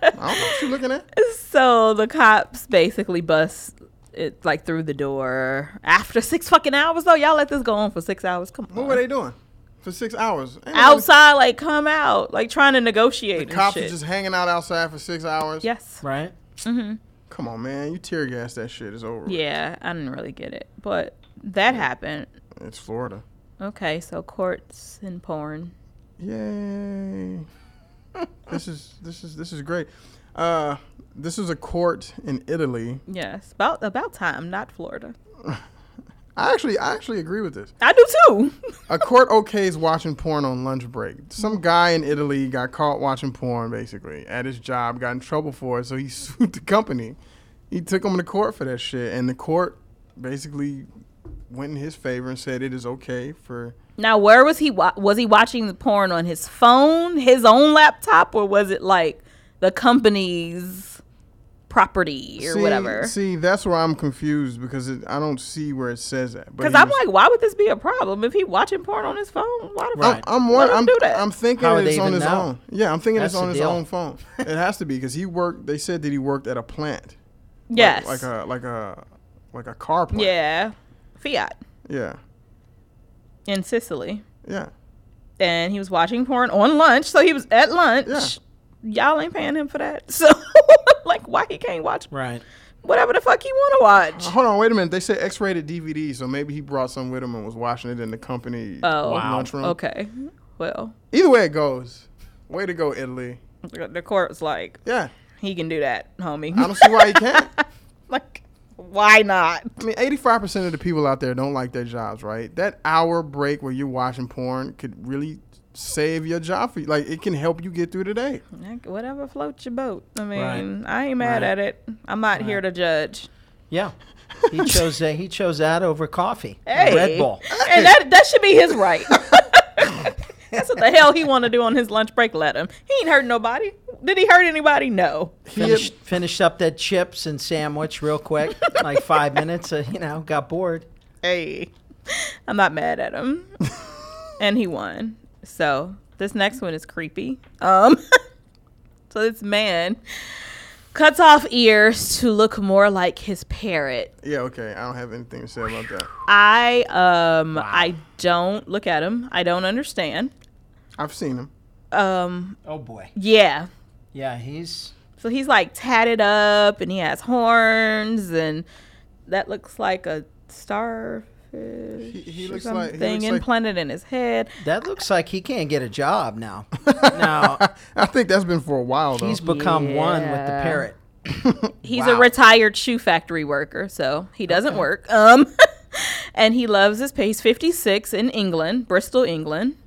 S3: don't know what you looking at.
S2: *laughs* So the cops basically bust it like through the door after six fucking hours. Though y'all let this go on for six hours. Come
S3: What
S2: on.
S3: were they doing for six hours? Ain't nobody-
S2: Outside, like come out, like trying to negotiate.
S3: The
S2: and
S3: cops are
S2: shit.
S3: just hanging out outside for six hours.
S2: yes.
S4: Right?
S3: Come on, man. You tear gas that shit. It's over. with.
S2: Yeah, I didn't really get it, but that happened.
S3: It's Florida.
S2: Okay, so courts and porn. *laughs*
S3: Yay. this is this is this is great. Uh, this is a court in Italy.
S2: Yes, about about time, not Florida.
S3: I actually I actually agree with this.
S2: I do too. *laughs*
S3: A court okays watching porn on lunch break. Some guy in Italy got caught watching porn basically at his job, got in trouble for it, so he *laughs* sued the company. He took him to court for that shit, and the court basically went in his favor and said it is okay for
S2: Now, where was he? Wa- was he watching the porn on his phone, his own laptop, or was it like the company's property or
S3: See-
S2: whatever?
S3: See, that's where I'm confused because it, I don't see where it says that. But
S2: Because
S3: he
S2: I'm
S3: was-
S2: like, why would this be a problem if he watching porn on his phone? Why the
S3: I'm
S2: fuck?
S3: I'm,
S2: let
S3: one,
S2: him
S3: I'm,
S2: do that?
S3: I'm thinking
S4: How would
S3: it's
S4: they
S3: on
S4: even
S3: his
S4: know?
S3: own. Yeah, I'm thinking
S4: That's
S3: it's
S4: the
S3: on his
S4: deal.
S3: own phone.
S4: *laughs*
S3: It has to be because he worked. They said that he worked at a plant,
S2: yes.
S3: like uh, a like a like a car plant.
S2: yeah, Fiat
S3: yeah,
S2: in Sicily,
S3: yeah.
S2: and he was watching porn on lunch. So he was at lunch.
S3: Yeah.
S2: Y'all ain't paying him for that. *laughs* So like, why he can't watch
S4: Right.
S2: whatever the fuck he want to watch?
S3: Uh, Hold on, wait a minute. They say X-rated DVD, so maybe he brought some with him and was watching it in the company
S2: Oh,
S3: lunchroom.
S2: okay. Well,
S3: Either way it goes, way to go, Italy.
S2: the the court was like,
S3: Yeah,
S2: he can do that, homie.
S3: I don't see why he can't.
S2: *laughs* like, why not?
S3: I mean, eighty-five percent of the people out there don't like their jobs, right? That hour break where you're watching porn could really save your job for you. Like, it can help you get through the day.
S2: Like, Whatever floats your boat. I
S4: Right.
S2: mean, I ain't mad
S4: Right.
S2: at it. I'm not here to judge.
S4: Yeah. He chose that. He chose that over coffee.
S2: Hey,
S4: Red Bull.
S2: and that that should be his
S4: *laughs*
S2: right. That's what the hell he want to do on his lunch break. Let him. He ain't hurt nobody. Did he hurt anybody? No.
S4: Finished, finished up that chips and sandwich real
S2: *laughs*
S4: quick, like five minutes. Uh, you know, got bored.
S2: Hey, I'm not mad at
S3: *laughs*
S2: him. and he won. So this next one is creepy. Um, *laughs* so this man cuts off ears to look more like his parrot.
S3: Yeah, okay. I don't have anything to say about that.
S2: I um I don't look at him. I don't understand.
S3: I've seen him.
S2: Um,
S4: Oh boy.
S2: yeah.
S4: Yeah, he's
S2: So he's like tatted up and he has horns and that looks like a starfish
S3: He, he
S2: or
S3: looks like he
S2: something
S3: looks like,
S2: implanted in his head.
S4: that looks like he can't get a job
S2: *laughs*
S4: now. now
S3: *laughs* I think that's been for a while though.
S4: he's become one with the
S2: Yeah.
S4: parrot.
S2: He's a
S4: Wow.
S2: retired shoe factory worker, so he doesn't work. Um, *laughs* and he loves his pace. He's 56 in England, Bristol, England.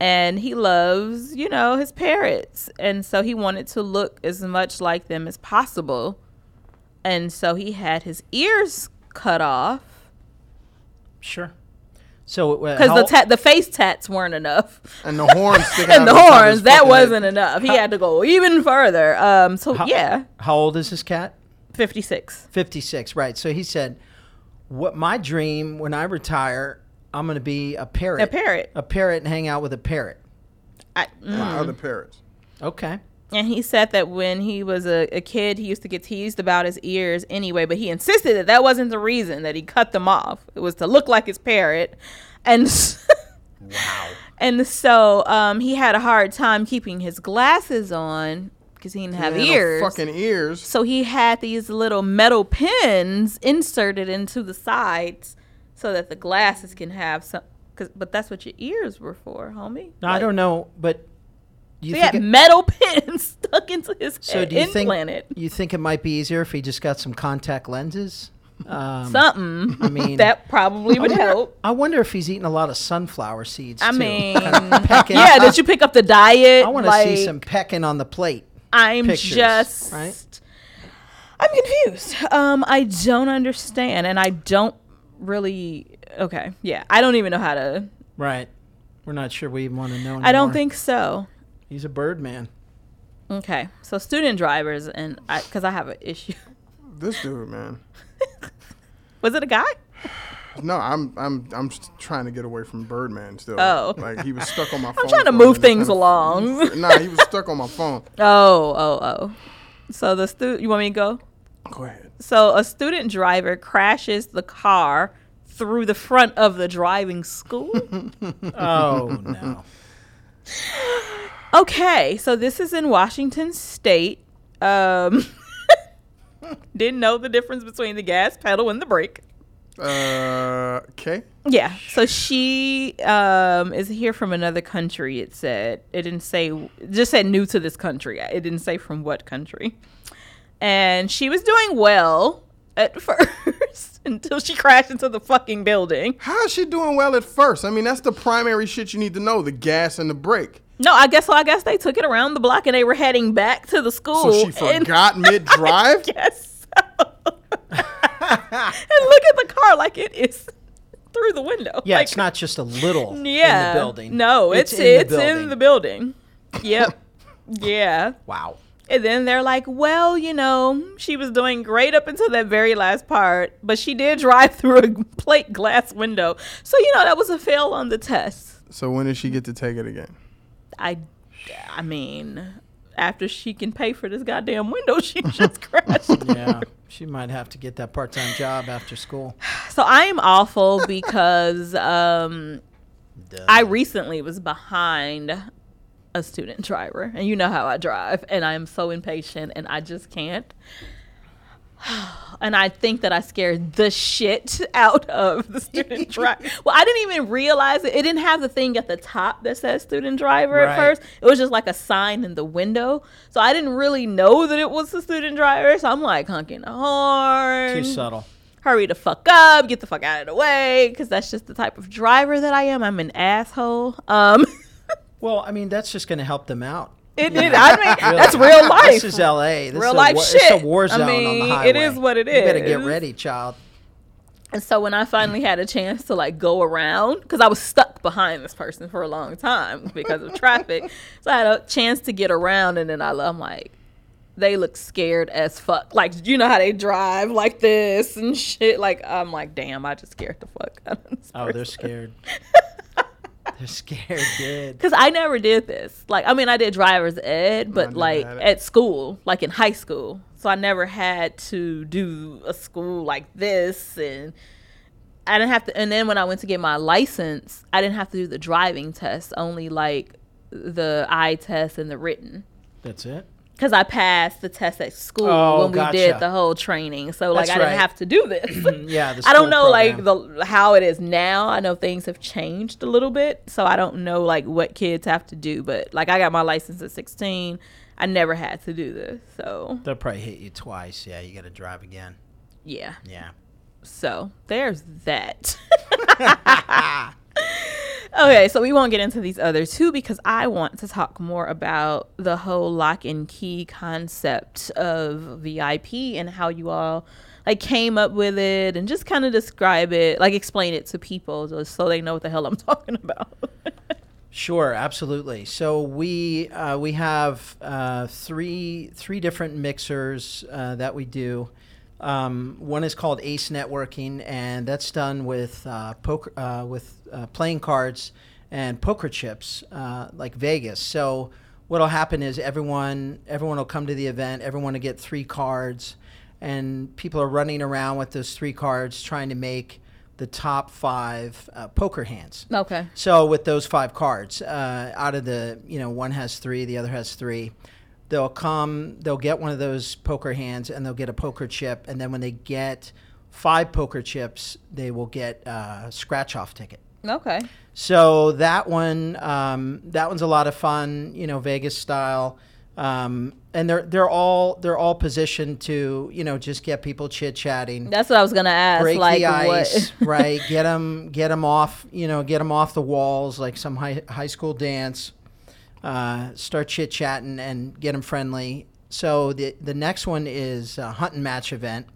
S2: And he loves, you know, his parrots. And so he wanted to look as much like them as possible. And so he had his ears cut off
S4: Sure. So uh,
S2: because
S4: how-
S2: the ta- the face tats weren't enough.
S3: and the horns sticking
S2: *laughs*
S3: out
S2: And the
S3: of top of his
S2: horns, that
S3: fucking head.
S2: wasn't enough. He had to go even further. Um, so
S4: how-
S2: yeah,
S4: How old is this cat?
S2: 56.
S4: 56 right so he said what my dream when i retire i'm going to be a parrot
S2: A parrot.
S4: a parrot and hang out with a parrot
S2: I, mm.
S3: My other parrots.
S4: okay
S2: And he said that when he was a, a kid, he used to get teased about his ears anyway, but he insisted that that wasn't the reason that he cut them off. It was to look like his parrot. And *laughs* And so um, he had a hard time keeping his glasses on because he didn't have
S3: And the
S2: ears.
S3: Fucking ears.
S2: So he had these little metal pins inserted into the sides so that the glasses can have some. Cause, but that's what your ears were for, homie.
S4: now, i don't know but you
S2: He
S4: think
S2: had
S4: it,
S2: metal *laughs* pins stuck into his head.
S4: so do you think
S2: implanted.
S4: you think it might be easier if he just got some contact lenses um,
S2: something
S4: i mean
S2: that probably would help.
S4: i wonder if he's eating a lot of sunflower seeds
S2: I
S4: too. *laughs*
S2: mean,
S4: Pecking-
S2: *laughs* yeah. Did you pick up the diet?
S4: i want to
S2: Like,
S4: see some pecking on the plate
S2: I'm
S4: pictures,
S2: just.
S4: right?
S2: I'm confused. Um, I don't understand, and I don't really. Okay, yeah, I don't even know how to.
S4: right we're not sure we even want to know
S2: I don't
S4: anymore.
S2: think so.
S4: he's a bird
S2: *laughs*
S4: man
S2: Okay, so student drivers, and I because I have an issue. *laughs*
S3: This dude, man.
S2: Was it a guy?
S3: No, I'm I'm I'm s- trying to get away from Birdman still.
S2: Oh.
S3: Like he was stuck on my
S2: *laughs*
S3: phone.
S2: I'm trying
S3: for
S2: to
S3: a
S2: move things
S3: minute, trying to-
S4: *laughs*
S2: along.
S3: *laughs* Nah, he was stuck on my phone.
S2: Oh, oh, oh. So the stu- you want me to go?
S3: Go ahead.
S2: So a student driver crashes the car through the front of the driving school.
S4: oh no
S2: okay, so this is in Washington State. Um, *laughs* didn't know the difference between the gas pedal and the brake.
S3: Uh, okay.
S2: Yeah. So she um, is here from another country. It said it didn't say it just said new to this country. It didn't say from what country. And she was doing well at *laughs* first until she crashed into the fucking building.
S3: How is she doing well at first? I mean, that's the primary shit you need to know: the gas and the brake.
S2: No, I guess so. I guess they took it around the block and they were heading back to the school.
S3: So she
S2: and- *laughs*
S3: forgot mid drive.
S2: Yes. and look at the car like it is *laughs* through the window.
S4: Yeah,
S2: Like,
S4: it's not just a little
S2: yeah,
S4: in the building.
S2: No, it's it's,
S4: in the building.
S2: in the building.
S4: *laughs*
S2: Yep. yeah. *laughs*
S4: Wow.
S2: And then they're like, well, you know, she was doing great up until that very last part, but she did drive *laughs* through a plate glass window. So, you know, that was a fail on the test.
S3: So when does she get to take it again?
S2: I, I mean, after she can pay for this goddamn window *laughs* she just crashed.
S4: Yeah, she might have to get that part-time job after school.
S2: So I am awful because um,
S4: Duh.
S2: I recently was behind a student driver, and you know how I drive, and I am so impatient, and I just can't. *sighs* And I think that I scared the shit out of the
S4: *laughs*
S2: student driver. Well, I didn't even realize it. It didn't have the thing at the top that says student driver
S4: Right.
S2: at first. It was just like a sign in the window. So I didn't really know that it was the student driver. So I'm like honking the horn
S4: Too subtle.
S2: hurry the fuck up, get the fuck out of the way, because that's just the type of driver that I am. I'm an asshole. Um, *laughs*
S4: Well, I mean, that's just going to help them out.
S2: it, it, I mean,
S4: Really.
S2: that's real life.
S4: This is L.A. This
S2: Real
S4: is a
S2: life
S4: wa-
S2: shit.
S4: It's a war
S2: I
S4: zone on
S2: mean,
S4: the highway.
S2: it is what it
S4: You better get
S2: is.
S4: ready, child.
S2: and so when I finally had a chance to like go around, because I was stuck behind this person for a long time because of traffic, so I had a chance to get around, and then I, I'm like. They look scared as fuck. Like you know how they drive like this and shit. Like I'm like, damn, I just scared the fuck out of this
S4: Oh,
S2: person. *laughs*
S4: they're scared. they're scared good.
S2: Because I never did this. Like, I mean, I did driver's ed, but
S3: never
S2: like
S3: had it.
S2: at school, like in high school. So I never had to do a school like this. And I didn't have to. And then when I went to get my license, I didn't have to do the driving test, only like the eye test and the written.
S4: That's it.
S2: Because I passed the test at school
S4: Oh,
S2: when we did
S4: gotcha.
S2: the whole training. So, like,
S4: That's
S2: I didn't
S4: right.
S2: have to do this.
S4: *clears throat* Yeah, the
S2: I don't
S4: school
S2: know
S4: program.
S2: like the how it is now. I know things have changed a little bit, so I don't know like what kids have to do. But like I got my license at 16. I never had to do this, so
S4: They'll probably hit you twice. Yeah, you got to drive again.
S2: yeah.
S4: Yeah.
S2: So there's that. *laughs* okay, so we won't get into these other two because I want to talk more about the whole lock and key concept of VIP and how you all like came up with it and just kind of describe it, like explain it to people just so they know what the hell I'm *laughs* talking about.
S4: Sure, absolutely. So we uh, we have uh, three three different mixers uh, that we do. Um, one is called Ace Networking, and that's done with uh, poker uh, with uh, playing cards and poker chips uh, like Vegas. So what'll happen is everyone everyone will come to the event. Everyone will get three cards, and people are running around with those three cards trying to make the top five uh, poker hands.
S2: okay.
S4: So with those five cards, uh, out of the you know one has three, the other has three. They'll come, they'll get one of those poker hands, and they'll get a poker chip. And then when they get five poker chips, they will get a scratch off ticket.
S2: Okay.
S4: So that one, um, that one's a lot of fun, you know, Vegas style, um, and they're they're all they're all positioned to you know just get people chit chatting
S2: That's what I was gonna ask.
S4: break
S2: like
S4: the
S2: *laughs*
S4: ice,
S2: what?
S4: right? Get them, get them off. You know, get them off the walls like some high high school dance. Uh, start chit chatting and get them friendly. So the the next one is a hunt and match event,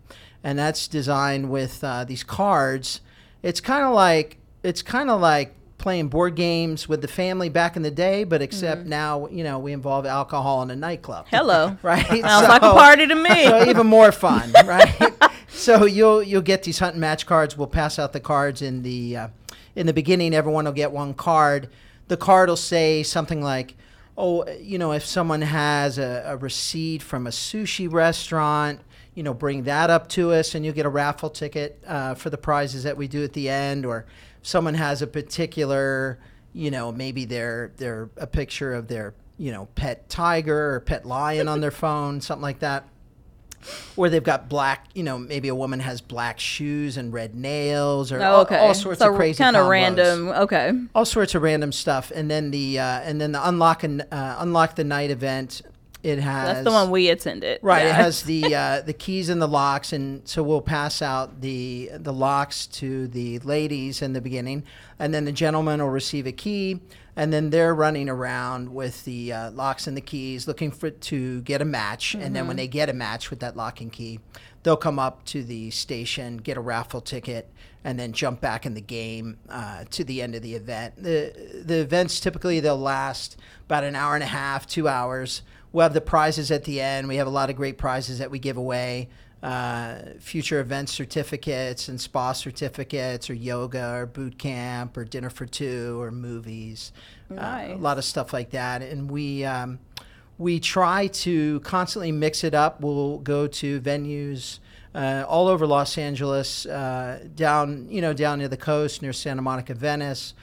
S4: and that's designed with uh, these cards. It's kind of like it's kind of like playing board games with the family back in the day, but except now you know we involve alcohol in a nightclub.
S2: Mm-hmm. Hello.
S4: *laughs* right?
S2: Sounds like a
S4: So-
S2: party to me.
S4: *laughs* so even more fun, right? so you'll you'll get these hunt and match cards. We'll pass out the cards in the uh, in the beginning. Everyone will get one card. The card will say something like, "Oh, you know, if someone has a, a receipt from a sushi restaurant, you know, bring that up to us, and you'll get a raffle ticket uh, for the prizes that we do at the end." Or if someone has a particular you know maybe they're they're a picture of their you know pet tiger or pet lion on their phone something like that or they've got black you know maybe a woman has black shoes and red nails or all-
S2: okay.
S4: all, sorts
S2: so
S4: of crazy
S2: Kind of
S4: combos.
S2: random. Okay.
S4: all sorts of random stuff and then the uh, and then the unlock and uh, unlock the night event It has
S2: That's the one we attended.
S4: Right. It
S2: Yeah.
S4: has the uh, the keys and the locks, and so we'll pass out the the locks to the ladies in the beginning, and then the gentleman will receive a key, and then they're running around with the uh, locks and the keys, looking for to get a match, and then when they get a match with that lock and key, they'll come up to the station, get a raffle ticket, and then jump back in the game uh, to the end of the event. the The events typically they'll last about an hour and a half, two hours we'll have the prizes at the end. We have a lot of great prizes that we give away. Uh, future event certificates and spa certificates, or yoga, or boot camp, or dinner for two, or movies, Uh, a
S2: Nice.
S4: lot of stuff like that. And we um, we try to constantly mix it up. We'll go to venues uh, all over Los Angeles, uh, down you know down near the coast near Santa Monica, Venice.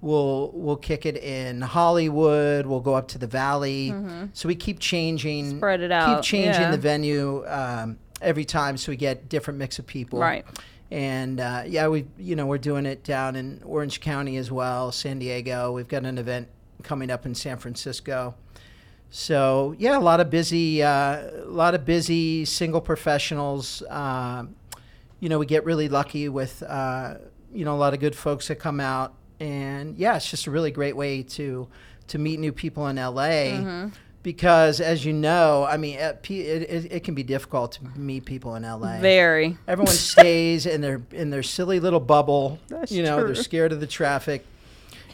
S4: We'll we'll kick it in Hollywood. We'll go up to the Valley. So we keep changing,
S2: Mm-hmm. Spread it
S4: keep
S2: out,
S4: changing
S2: yeah.
S4: the venue um, every time, so we get different mix of people.
S2: Right.
S4: And uh, yeah, we you know we're doing it down in Orange County as well, San Diego. We've got an event coming up in San Francisco. So yeah, a lot of busy, uh, a lot of busy single professionals. Um you know, we get really lucky with uh, you know a lot of good folks that come out, and yeah, it's just a really great way to to meet new people in LA.
S2: Mm-hmm.
S4: Because as you know, I mean, at P- it, it, it can be difficult to meet people in LA.
S2: *laughs* Very.
S4: Everyone stays in their in their silly little bubble.
S2: That's
S4: you know, they're
S2: true.
S4: scared of the traffic.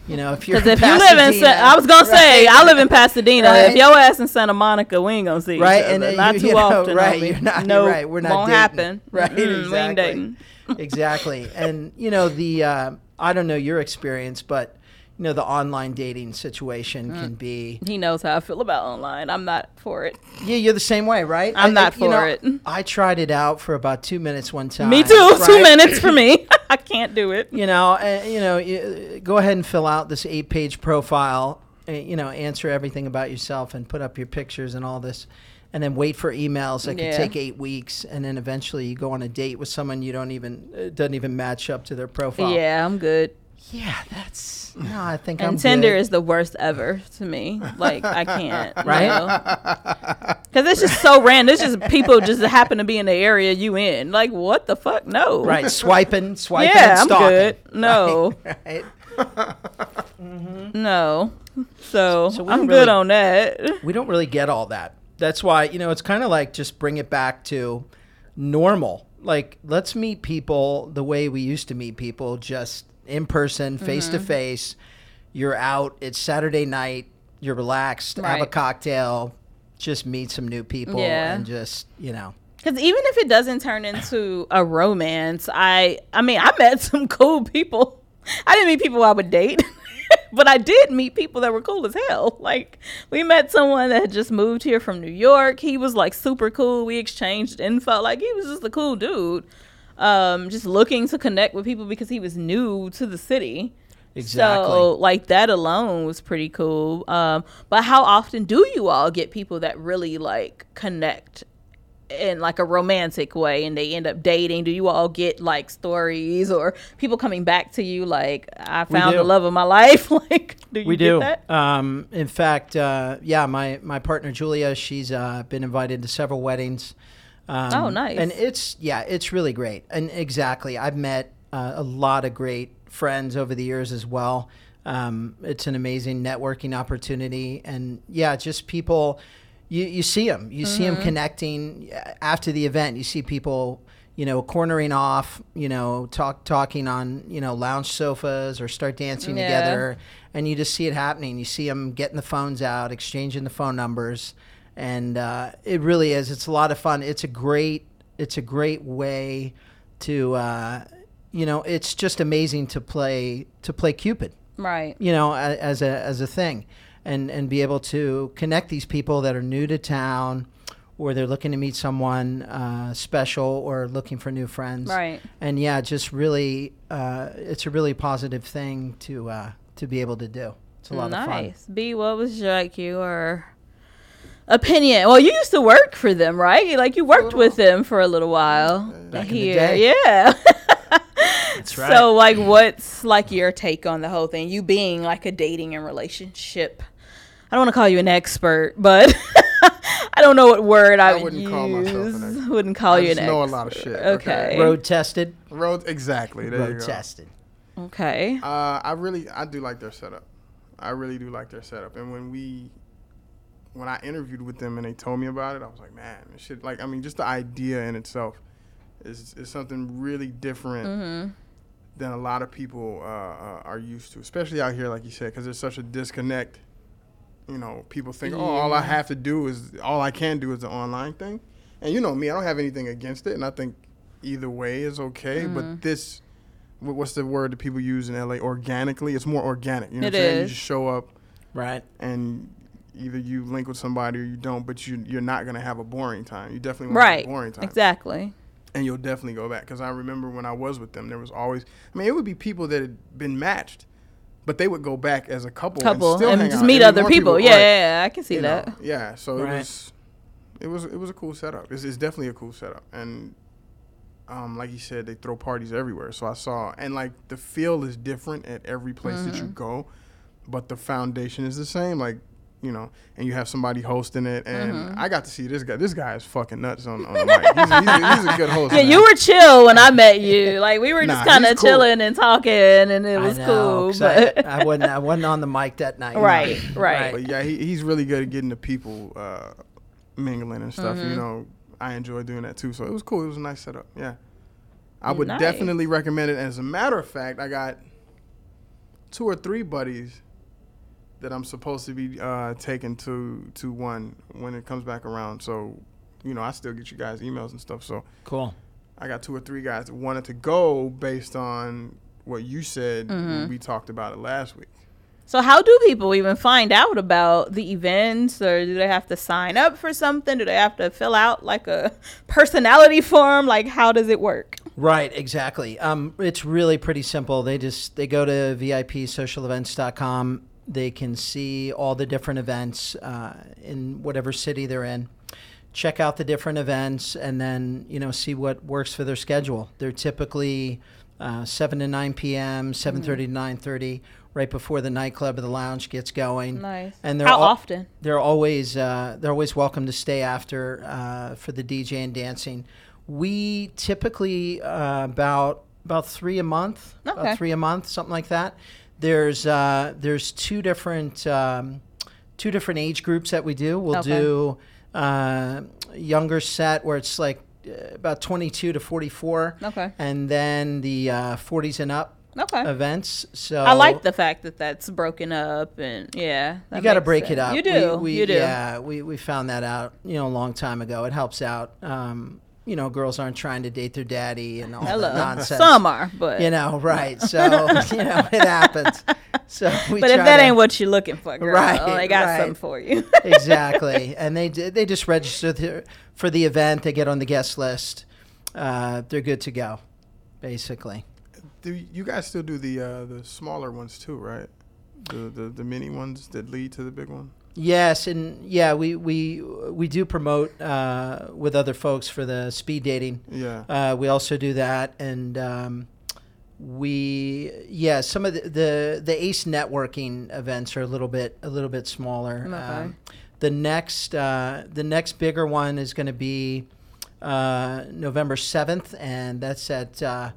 S4: You
S2: *laughs*
S4: know, if you're
S2: Because if you live in, Sa-
S4: Pasadena-
S2: I was gonna say I live in Pasadena. If
S4: Right.
S2: your ass in Santa Monica, we ain't gonna see
S4: right
S2: each other.
S4: and uh,
S2: not
S4: you- *laughs*
S2: too
S4: you know,
S2: often.
S4: right
S2: homie.
S4: you're not
S2: no,
S4: you're right we're not
S2: won't
S4: dating.
S2: happen.
S4: *laughs* right
S2: Mm-mm,
S4: exactly
S2: We ain't
S4: *laughs*
S2: dating.
S4: exactly and you know the uh, i don't know your experience but you know the online dating situation can be
S2: He knows how I feel about online. I'm not for it.
S4: yeah you're the same way right
S2: I'm not
S4: you know,
S2: for it.
S4: i tried it out for about two minutes one time
S2: Me too. *laughs* Two
S4: *laughs* right?
S2: minutes for me. *laughs* I can't do it.
S4: you know, uh, you know, you, go ahead and fill out this eight-page profile. uh, You know, answer everything about yourself and put up your pictures and all this, and then wait for emails that
S2: Yeah.
S4: could take eight weeks, and then eventually you go on a date with someone you don't even uh, doesn't even match up to their profile.
S2: Yeah, I'm good.
S4: yeah, that's no. I think
S2: And
S4: I'm
S2: Tinder
S4: good.
S2: is the worst ever to me. Like I can't,
S4: Right?
S2: Because it's just so random. It's just people just happen to be in the area you in. Like what the fuck? No.
S4: right.
S2: *laughs*
S4: Swiping, swiping,
S2: Yeah,
S4: and
S2: I'm
S4: stalking.
S2: good. No,
S4: *laughs* Right?
S2: no. So,
S4: So we
S2: I'm
S4: don't
S2: good
S4: really-
S2: on that.
S4: we don't really get all that. That's why, you know, it's kind of like just bring it back to normal. Like, let's meet people the way we used to meet people, just in person,
S2: Mm-hmm.
S4: face to face. You're out, it's Saturday night, you're relaxed, have a
S2: Right.
S4: cocktail, just meet some new people
S2: Yeah.
S4: and just, you know.
S2: Because even if it doesn't turn into a romance, I I mean I met *laughs* some cool people. I didn't meet people I would date, *laughs* but I did meet people that were cool as hell. Like we met someone that had just moved here from New York. He was like super cool. We exchanged info. Like he was just a cool dude. Um, just looking to connect with people because he was new to the city.
S4: Exactly.
S2: So like that alone was pretty cool. Um, but how often do you all get people that really like connect in like a romantic way and they end up dating? Do you all get like stories or people coming back to you like I found the
S4: do.
S2: love of my *laughs* life? like do you
S4: we
S2: get
S4: do.
S2: that?
S4: Um, in fact, uh, yeah, my my partner Julia, she's uh, been invited to several weddings. Um,
S2: Oh, nice.
S4: And it's yeah, it's really great. And exactly, I've met uh, a lot of great friends over the years as well. Um, it's an amazing networking opportunity, and yeah, just people. You, you see them. You see
S2: Mm-hmm.
S4: 'em see them connecting uh, after the event. You see people, you know, cornering off, you know, talk talking on, you know, lounge sofas or start dancing
S2: Yeah.
S4: together and you just see it happening. You see them getting the phones out, exchanging the phone numbers, and uh, it really is. It's a lot of fun. It's a great. It's a great way to, uh, you know, it's just amazing to play to play Cupid
S2: Right.
S4: you know, a- as a as a thing, and and be able to connect these people that are new to town, or they're looking to meet someone uh, special, or looking for new friends.
S2: Right.
S4: And yeah, just really, uh, it's a really positive thing to uh, to be able to do. It's a lot of fun.
S2: Nice. B, what was like your opinion? Well, you used to work for them, right? Like you worked with them for a little while
S4: Back in the
S2: here.
S4: day.
S3: *laughs*
S2: Yeah.
S5: That's
S2: So like what's like your take on the whole thing? You being like a dating and relationship. I don't want to call you an expert, but *laughs* don't know what word I,
S3: I
S2: would
S3: wouldn't
S2: use.
S3: call myself an ex.
S2: Wouldn't call
S3: I
S2: you an
S3: just know a
S2: ex.
S3: lot of shit,
S2: Okay.
S3: okay?
S4: Road tested.
S3: Road exactly. There you
S4: Road
S3: go.
S4: tested.
S2: Okay.
S3: Uh, I really, I do like their setup. I really do like their setup. And when we, when I interviewed with them and they told me about it, I was like, man, this shit. Like, I mean, just the idea in itself is is something really different
S2: Mm-hmm.
S3: than a lot of people uh, uh, are used to, especially out here, like you said, because there's such a disconnect. You know, people think, oh, all I have to do is, all I can do is the online thing. And you know me, I don't have anything against it, and I think either way is okay.
S2: Mm-hmm.
S3: But this wh- what's the word that people use in LA? Organically, it's more organic. You know
S2: It
S3: what I'm saying?
S2: is.
S3: You just show up
S4: Right.
S3: and either you link with somebody or you don't, but you you're not gonna have a boring time. You definitely won't
S2: Right.
S3: have a boring time,
S2: Exactly.
S3: and you'll definitely go back. Because I remember when I was with them, there was always. I mean, it would be people that had been matched, but they would go back as a couple,
S2: Couple
S3: and, still
S2: and
S3: hang
S2: just
S3: out.
S2: meet
S3: It'd be
S2: other
S3: more
S2: people. Yeah,
S3: right.
S2: yeah, yeah, I can see
S3: You know,
S2: that.
S3: yeah, so
S4: Right.
S3: it was, it was, it was a cool setup. It's, it's definitely a cool setup, and um, like you said, they throw parties everywhere. So I saw, and like the feel is different at every place that you
S2: Mm-hmm.
S3: go, but the foundation is the same. Like, you know, and you have somebody hosting it, and
S2: Mm-hmm.
S3: I got to see this guy. This guy is fucking nuts on, on the mic. He's, he's, he's
S2: *laughs*
S3: a good host.
S2: Yeah,
S3: man.
S2: you were chill when I met you. Like we were just
S3: Nah,
S2: kind of
S3: he's cool.
S2: chilling and talking, and it was
S4: I know,
S2: cool.
S4: *laughs* 'cause
S2: But
S4: I, I wasn't. I wasn't on the mic that
S2: *laughs*
S4: night.
S2: right, right,
S3: But yeah, he, he's really good at getting the people uh, mingling and stuff. You know, I enjoy doing that too. So it was cool. It was a nice setup. Yeah, I would
S2: Nice.
S3: definitely recommend it. As a matter of fact, I got two or three buddies that I'm supposed to be uh, taking to to one when it comes back around. So you know, I still get you guys emails and stuff. So
S4: Cool.
S3: I got two or three guys that wanted to go based on what you said. when We talked about it last week.
S2: So how do people even find out about the events, or do they have to sign up for something? Do they have to fill out like a *laughs* personality form? Like how does it work?
S4: Right, exactly. Um, it's really pretty simple. They just they go to vipsocialevents.com. They can see all the different events uh, in whatever city they're in. Check out the different events, and then you know see what works for their schedule. They're typically uh, seven to nine p.m., seven thirty
S2: Mm-hmm.
S4: to nine thirty, right before the nightclub or the lounge gets going.
S2: Nice.
S4: And they're
S2: how
S4: al-
S2: often?
S4: they're always uh, they're always welcome to stay after uh, for the DJ and dancing. We typically uh, about about three a month,
S2: Okay.
S4: about three a month, something like that. There's uh, there's two different um, two different age groups that we do. We'll
S2: Okay.
S4: do uh, younger set where it's like uh, about 22 to 44,
S2: Okay.
S4: and then the uh, 40s and up
S2: Okay.
S4: events. So
S2: I like the fact that that's broken up, and yeah, that
S4: you got to
S2: makes
S4: break
S2: sense.
S4: it up.
S2: You do.
S4: We, we,
S2: you do.
S4: Yeah, we, we found that out, you know, a long time ago. It helps out. Um, you know, girls aren't trying to date their daddy and all
S2: Hello.
S4: that nonsense.
S2: Some are, but
S4: You know, right. So, *laughs* you know, it happens. So we
S2: but if
S4: try
S2: that
S4: to-
S2: ain't what you're looking for, girl,
S4: Right,
S2: they got
S4: right.
S2: something for you. *laughs*
S4: exactly. And they d- they just register th- for the event. They get on the guest list. Uh, they're good to go, basically.
S3: Do you guys still do the uh, the smaller ones too, right? The, the the mini ones that lead to the big one.
S4: Yes, and yeah, we we we do promote uh, with other folks for the speed dating.
S3: Yeah.
S4: Uh, we also do that, and um, we yeah, some of the, the the Ace networking events are a little bit a little bit smaller. Um, the next uh, the next bigger one is going to be uh, November seventh, and that's at uh,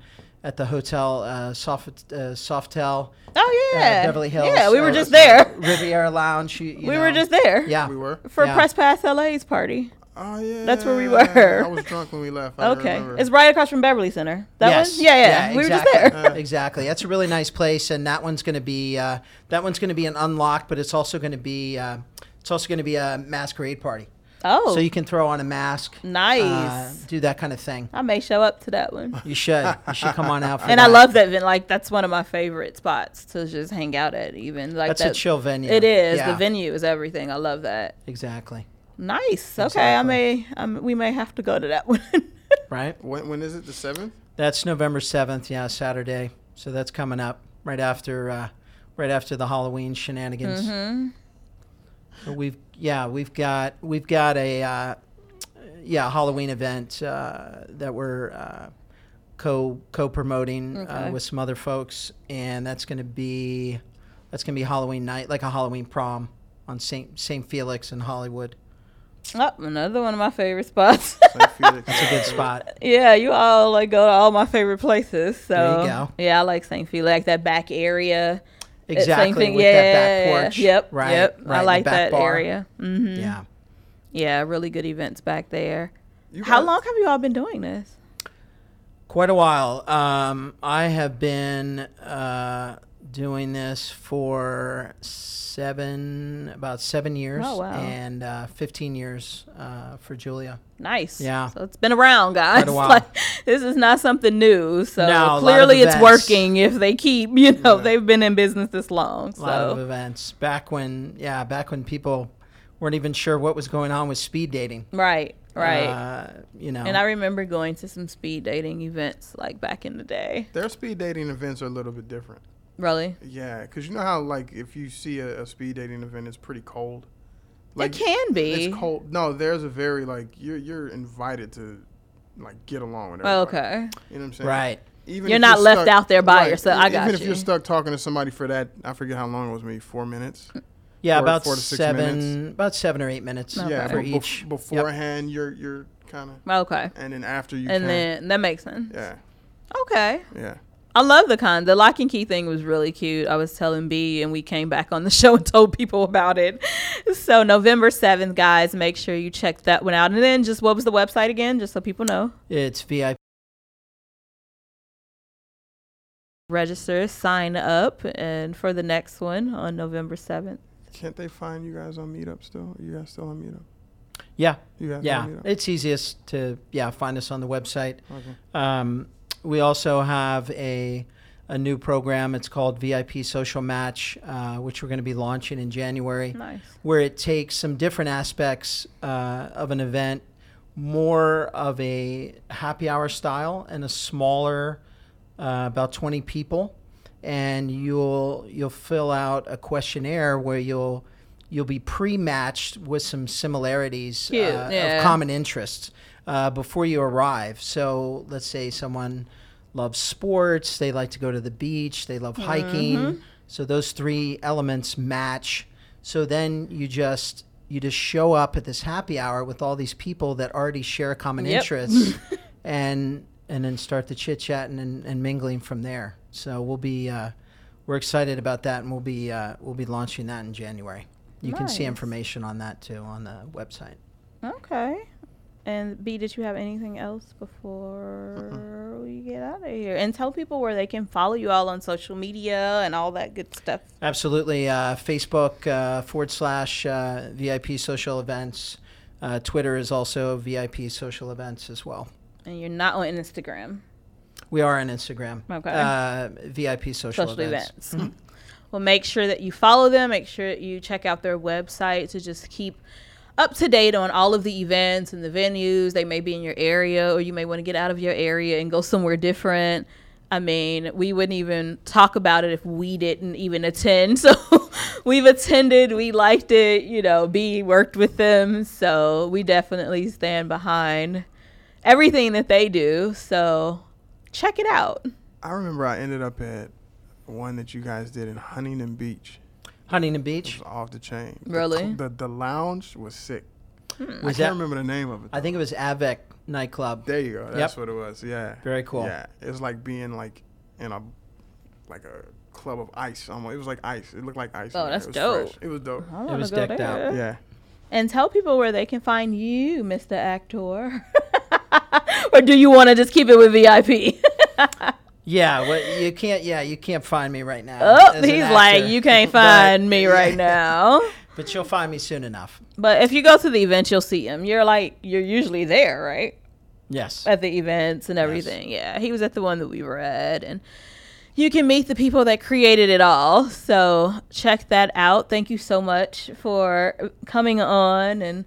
S4: at the hotel uh, Soft uh, Softel.
S2: Oh
S4: uh,
S2: yeah,
S4: Beverly Hills.
S2: Yeah, we
S4: uh,
S2: were just there.
S4: Riviera Lounge. You, you
S2: We
S4: know.
S2: were just there.
S4: Yeah.
S3: we were.
S2: for
S4: Yeah.
S2: Press Pass LA's party.
S3: Oh yeah.
S2: That's where we were.
S3: I was drunk when we left. I
S2: Okay,
S3: remember.
S2: it's right across from Beverly Center. That
S4: yes.
S2: one. Yeah, yeah, we
S4: exactly. Uh,
S2: were just there.
S4: exactly. That's a really nice place, and that one's going to be uh, that one's going to be an unlock, but it's also going to be uh, it's also going to be a masquerade party.
S2: *laughs* Oh,
S4: So you can throw on a mask.
S2: Nice.
S4: uh, do that kind of thing.
S2: I may show up to that
S4: *laughs*
S2: one.
S4: You should. You should come
S2: *laughs*
S4: on out. For
S2: And
S4: that.
S2: I love that event. Like that's one of my favorite spots to just hang out at. Even like
S4: That's a
S2: that,
S4: chill venue.
S2: It is.
S4: Yeah.
S2: The venue is everything. I love that.
S4: Exactly.
S2: Nice. Okay, I may. Um, we may have to go to that *laughs* one.
S4: Right.
S3: When, when is it? The seventh.
S4: That's November seventh. Yeah, Saturday. So that's coming up right after uh, right after the Halloween shenanigans.
S2: Mm-hmm.
S4: But We've yeah we've got we've got a uh, yeah Halloween event uh, that we're uh, co co promoting uh,
S2: Okay.
S4: with some other folks, and that's going to be that's going to be Halloween night, like a Halloween prom on Saint Saint Felix in Hollywood.
S2: Oh, another one of my favorite spots. *laughs*
S3: St. Felix.
S4: It's a good spot.
S2: yeah, you all like go to all my favorite places. So
S4: There you go.
S2: yeah, I like St. Felix, like that back area. It- same
S4: Exactly.
S2: thing-
S4: With that back
S2: yeah,
S4: porch.
S2: Yep.
S4: Right.
S2: Yep.
S4: right,
S2: I
S4: the
S2: like
S4: back
S2: that
S4: bar.
S2: area. hmm
S4: Yeah.
S2: Yeah, really good events back there.
S3: You
S2: How
S3: got-
S2: long have you all been doing this?
S4: Quite a while. Um, I have been uh, doing this for seven, about seven years,
S2: Oh, wow.
S4: and uh, 15 years uh, for Julia.
S2: Nice.
S4: Yeah.
S2: So it's been around, guys. *laughs*
S4: Quite a while.
S2: Like, this is not something new. So
S4: No, a lot of
S2: clearly it's
S4: events.
S2: working if they keep, you know,
S3: Yeah.
S2: they've been in business this long.
S4: A lot of
S2: So
S4: events back when, yeah, back when people weren't even sure what was going on with speed dating.
S2: right, right.
S4: Uh, you know.
S2: and I remember going to some speed dating events like back in the day.
S3: Their speed dating events are a little bit different.
S2: Really?
S3: Yeah, because you know how like if you see a, a speed dating event, it's pretty cold. Like
S2: it can be.
S3: It's cold. No, there's a very like you're you're invited to like get along with
S2: Oh,
S3: everybody.
S2: okay.
S3: You know what I'm saying?
S4: right.
S3: Even
S2: You're
S3: if
S2: not left out there by yourself. I
S3: even
S2: got
S3: if
S2: you.
S3: you're stuck talking to somebody for that, I forget how long it was, maybe four minutes.
S4: Yeah,
S3: Four-
S4: about
S3: four to six
S4: seven,
S3: minutes.
S4: about seven or eight minutes
S2: Okay.
S3: Yeah,
S4: for
S3: but bef-
S4: each. Yep.
S3: beforehand, you're you're kind of,
S2: Okay.
S3: and then after you
S2: And
S3: can.
S2: then that makes sense.
S3: yeah,
S2: Okay.
S3: yeah.
S2: I love the con. The lock and key thing was really cute. I was telling B, and we came back on the *laughs* show and told people about it. So November seventh, guys, make sure you check that one out. And then just what was the website again, just so people know.
S4: It's VIP.
S2: Register, sign up, and for the next one on November seventh.
S3: Can't they find you guys on Meetup still? Are you guys still on Meetup?
S4: Yeah.
S3: You guys
S4: Yeah.
S3: on Meetup?
S4: It's easiest to yeah find us on the website.
S3: Okay.
S4: Um, we also have a a new program. It's called VIP Social Match, uh, which we're going to be launching in January,
S2: Nice.
S4: where it takes some different aspects uh, of an event, more of a happy hour style and a smaller, uh, about twenty people, and you'll you'll fill out a questionnaire where you'll you'll be pre-matched with some similarities
S2: Cute,
S4: uh,
S2: yeah.
S4: of common common interests uh, before you arrive. So let's say someone loves sports, they like to go to the beach, they
S2: Mm-hmm.
S4: love hiking. So those three elements match. So then you just you just show up at this happy hour with all these people that already share common
S2: Yep. *laughs*
S4: interests, and and then start the chit chatting and, and mingling from there. So we'll be uh, we're excited about that, and we'll be uh, we'll be launching that in January. You can see
S2: Nice.
S4: information on that too on the website.
S2: Okay. And B, did you have anything else before we get out of here? And tell people where they can follow you all on social media and all that good stuff.
S4: Absolutely. Uh, Facebook uh, forward slash uh, VIP social events. Uh, Twitter is also VIP social events as well.
S2: And you're not on Instagram.
S4: We are on Instagram.
S2: Okay.
S4: Uh, VIP social,
S2: social
S4: events.
S2: events. *laughs* Well, make sure that you follow them. Make sure that you check out their website to just keep up to date on all of the events and the venues. They may be in your area, or you may want to get out of your area and go somewhere different. I mean, we wouldn't even talk about it if we didn't even attend. *laughs* So we've attended, we liked it, you know, B worked with them. So we definitely stand behind everything that they do. So check it out.
S3: I remember I ended up at one that you guys did in Huntington Beach.
S4: Huntington
S3: It
S4: Beach.
S3: was off the chain. The
S2: Really?
S3: cl- The, the, lounge was sick.
S2: Mm-hmm.
S3: I
S4: Was
S3: can't
S4: that-
S3: remember the name of it.
S4: I
S3: though.
S4: think it was Avec nightclub.
S3: There you go. That's
S4: Yep.
S3: what it was. Yeah.
S4: Very cool.
S3: Yeah. It was like being like in a like a club of ice. Almost. It was like ice. It looked like ice. in
S2: Oh,
S3: there.
S2: that's
S3: it was
S2: dope.
S3: fresh. It was dope.
S2: I wanna
S4: was
S2: go
S4: decked out.
S2: there.
S3: Yeah.
S2: and tell people where they can find you, Mr. Actor. *laughs* or do you want to just keep it with VIP?
S4: Yeah. Well, you can't. Yeah, you can't find me right now.
S2: *laughs* oh,
S4: as an
S2: he's like,
S4: actor,
S2: you can't
S4: *laughs* but-
S2: find me right now.
S4: *laughs* But you'll find me soon enough.
S2: But if you go to the event, you'll see him. You're like, you're usually there, right?
S4: Yes.
S2: At the events and everything. Yeah, he was at the one that we were at, and you can meet the people that created it all. So check that out. Thank you so much for coming on and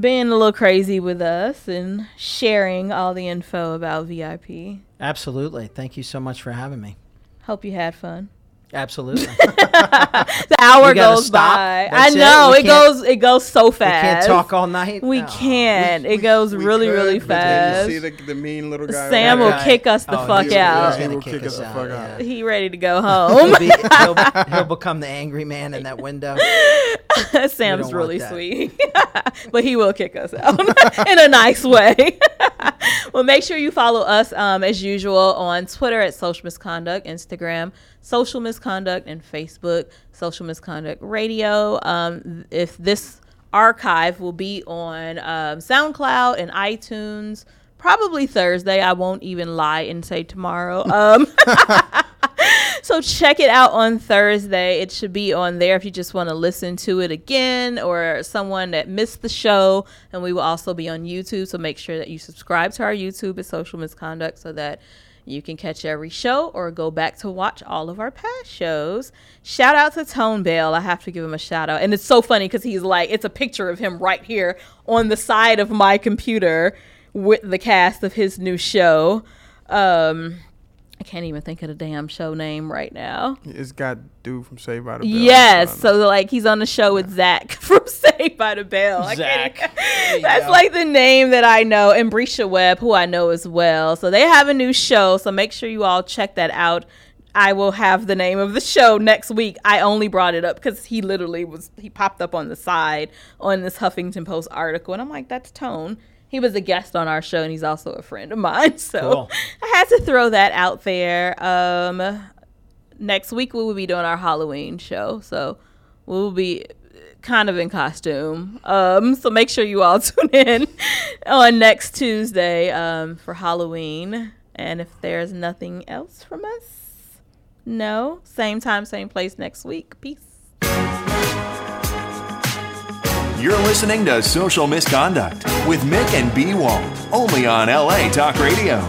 S2: being a little crazy with us and sharing all the info about VIP.
S4: Absolutely. Thank you so much for having me.
S2: Hope you had fun. *laughs*
S4: Absolutely.
S2: The hour
S4: We gotta
S2: goes
S4: stop.
S2: by. I
S4: That's it.
S2: know
S4: We
S2: it
S4: can't-
S2: goes it goes so
S4: we
S2: fast.
S4: can't talk all night.
S2: We
S4: No.
S2: can't.
S3: We-
S2: it goes
S3: we
S2: really
S3: could,
S2: really
S3: but then
S2: fast.
S3: you See the, the mean little guy.
S2: Sam
S3: over
S2: will
S3: there?
S4: Right.
S2: kick us the
S4: Oh,
S2: fuck
S4: he's- he's
S2: out.
S4: gonna
S3: He will kick us the fuck out.
S4: yeah.
S2: He ready to go home.
S4: *laughs* He'll, be, he'll,
S3: *laughs*
S4: he'll become the angry man in that window.
S2: *laughs* Sam's
S4: want
S2: really
S4: that.
S2: sweet, *laughs* but he will kick us out *laughs* in a nice way. *laughs* well, make sure you follow us um, as usual on Twitter at Social Misconduct, Instagram Social Misconduct, and Facebook Social Misconduct Radio. Um, if this archive will be on um, SoundCloud and iTunes. Probably Thursday. I won't even lie and say
S4: *laughs*
S2: tomorrow. Um, so check it out on Thursday. It should be on there if you just want to listen to it again or someone that missed the show. And we will also be on YouTube. So make sure that you subscribe to our YouTube at Social Misconduct so that you can catch every show or go back to watch all of our past shows. Shout out to Tone Bell. I have to give him a shout out. And it's so funny because he's like, it's a picture of him right here on the side of my computer with the cast of his new show. Um, I can't even think of the damn show name right now.
S3: It's got dude from Saved by the Bell.
S2: Yes,
S3: So
S2: so like he's on the show with Zach *laughs* from Saved by the Bell. I can't
S4: Zach.
S2: even- that's like the name that I know, and Brisha Webb, who I know as well. So they have a new show, so make sure you all check that out. I will have the name of the show next week. I only brought it up because he literally was he popped up on the side on this Huffington Post article, and I'm like, that's Tone. He was a guest on our show, and he's also a friend of mine. *laughs* So
S4: Cool.
S2: I had to throw that out there. Um, next week we will be doing our Halloween show, so we will be kind of in costume. Um, so make sure you all *laughs* tune in on next Tuesday um, for Halloween. And if there's nothing else from us, no, same time, same place next week. Peace.
S1: You're listening to Social Misconduct with Mick and B Wall, only on LA Talk Radio.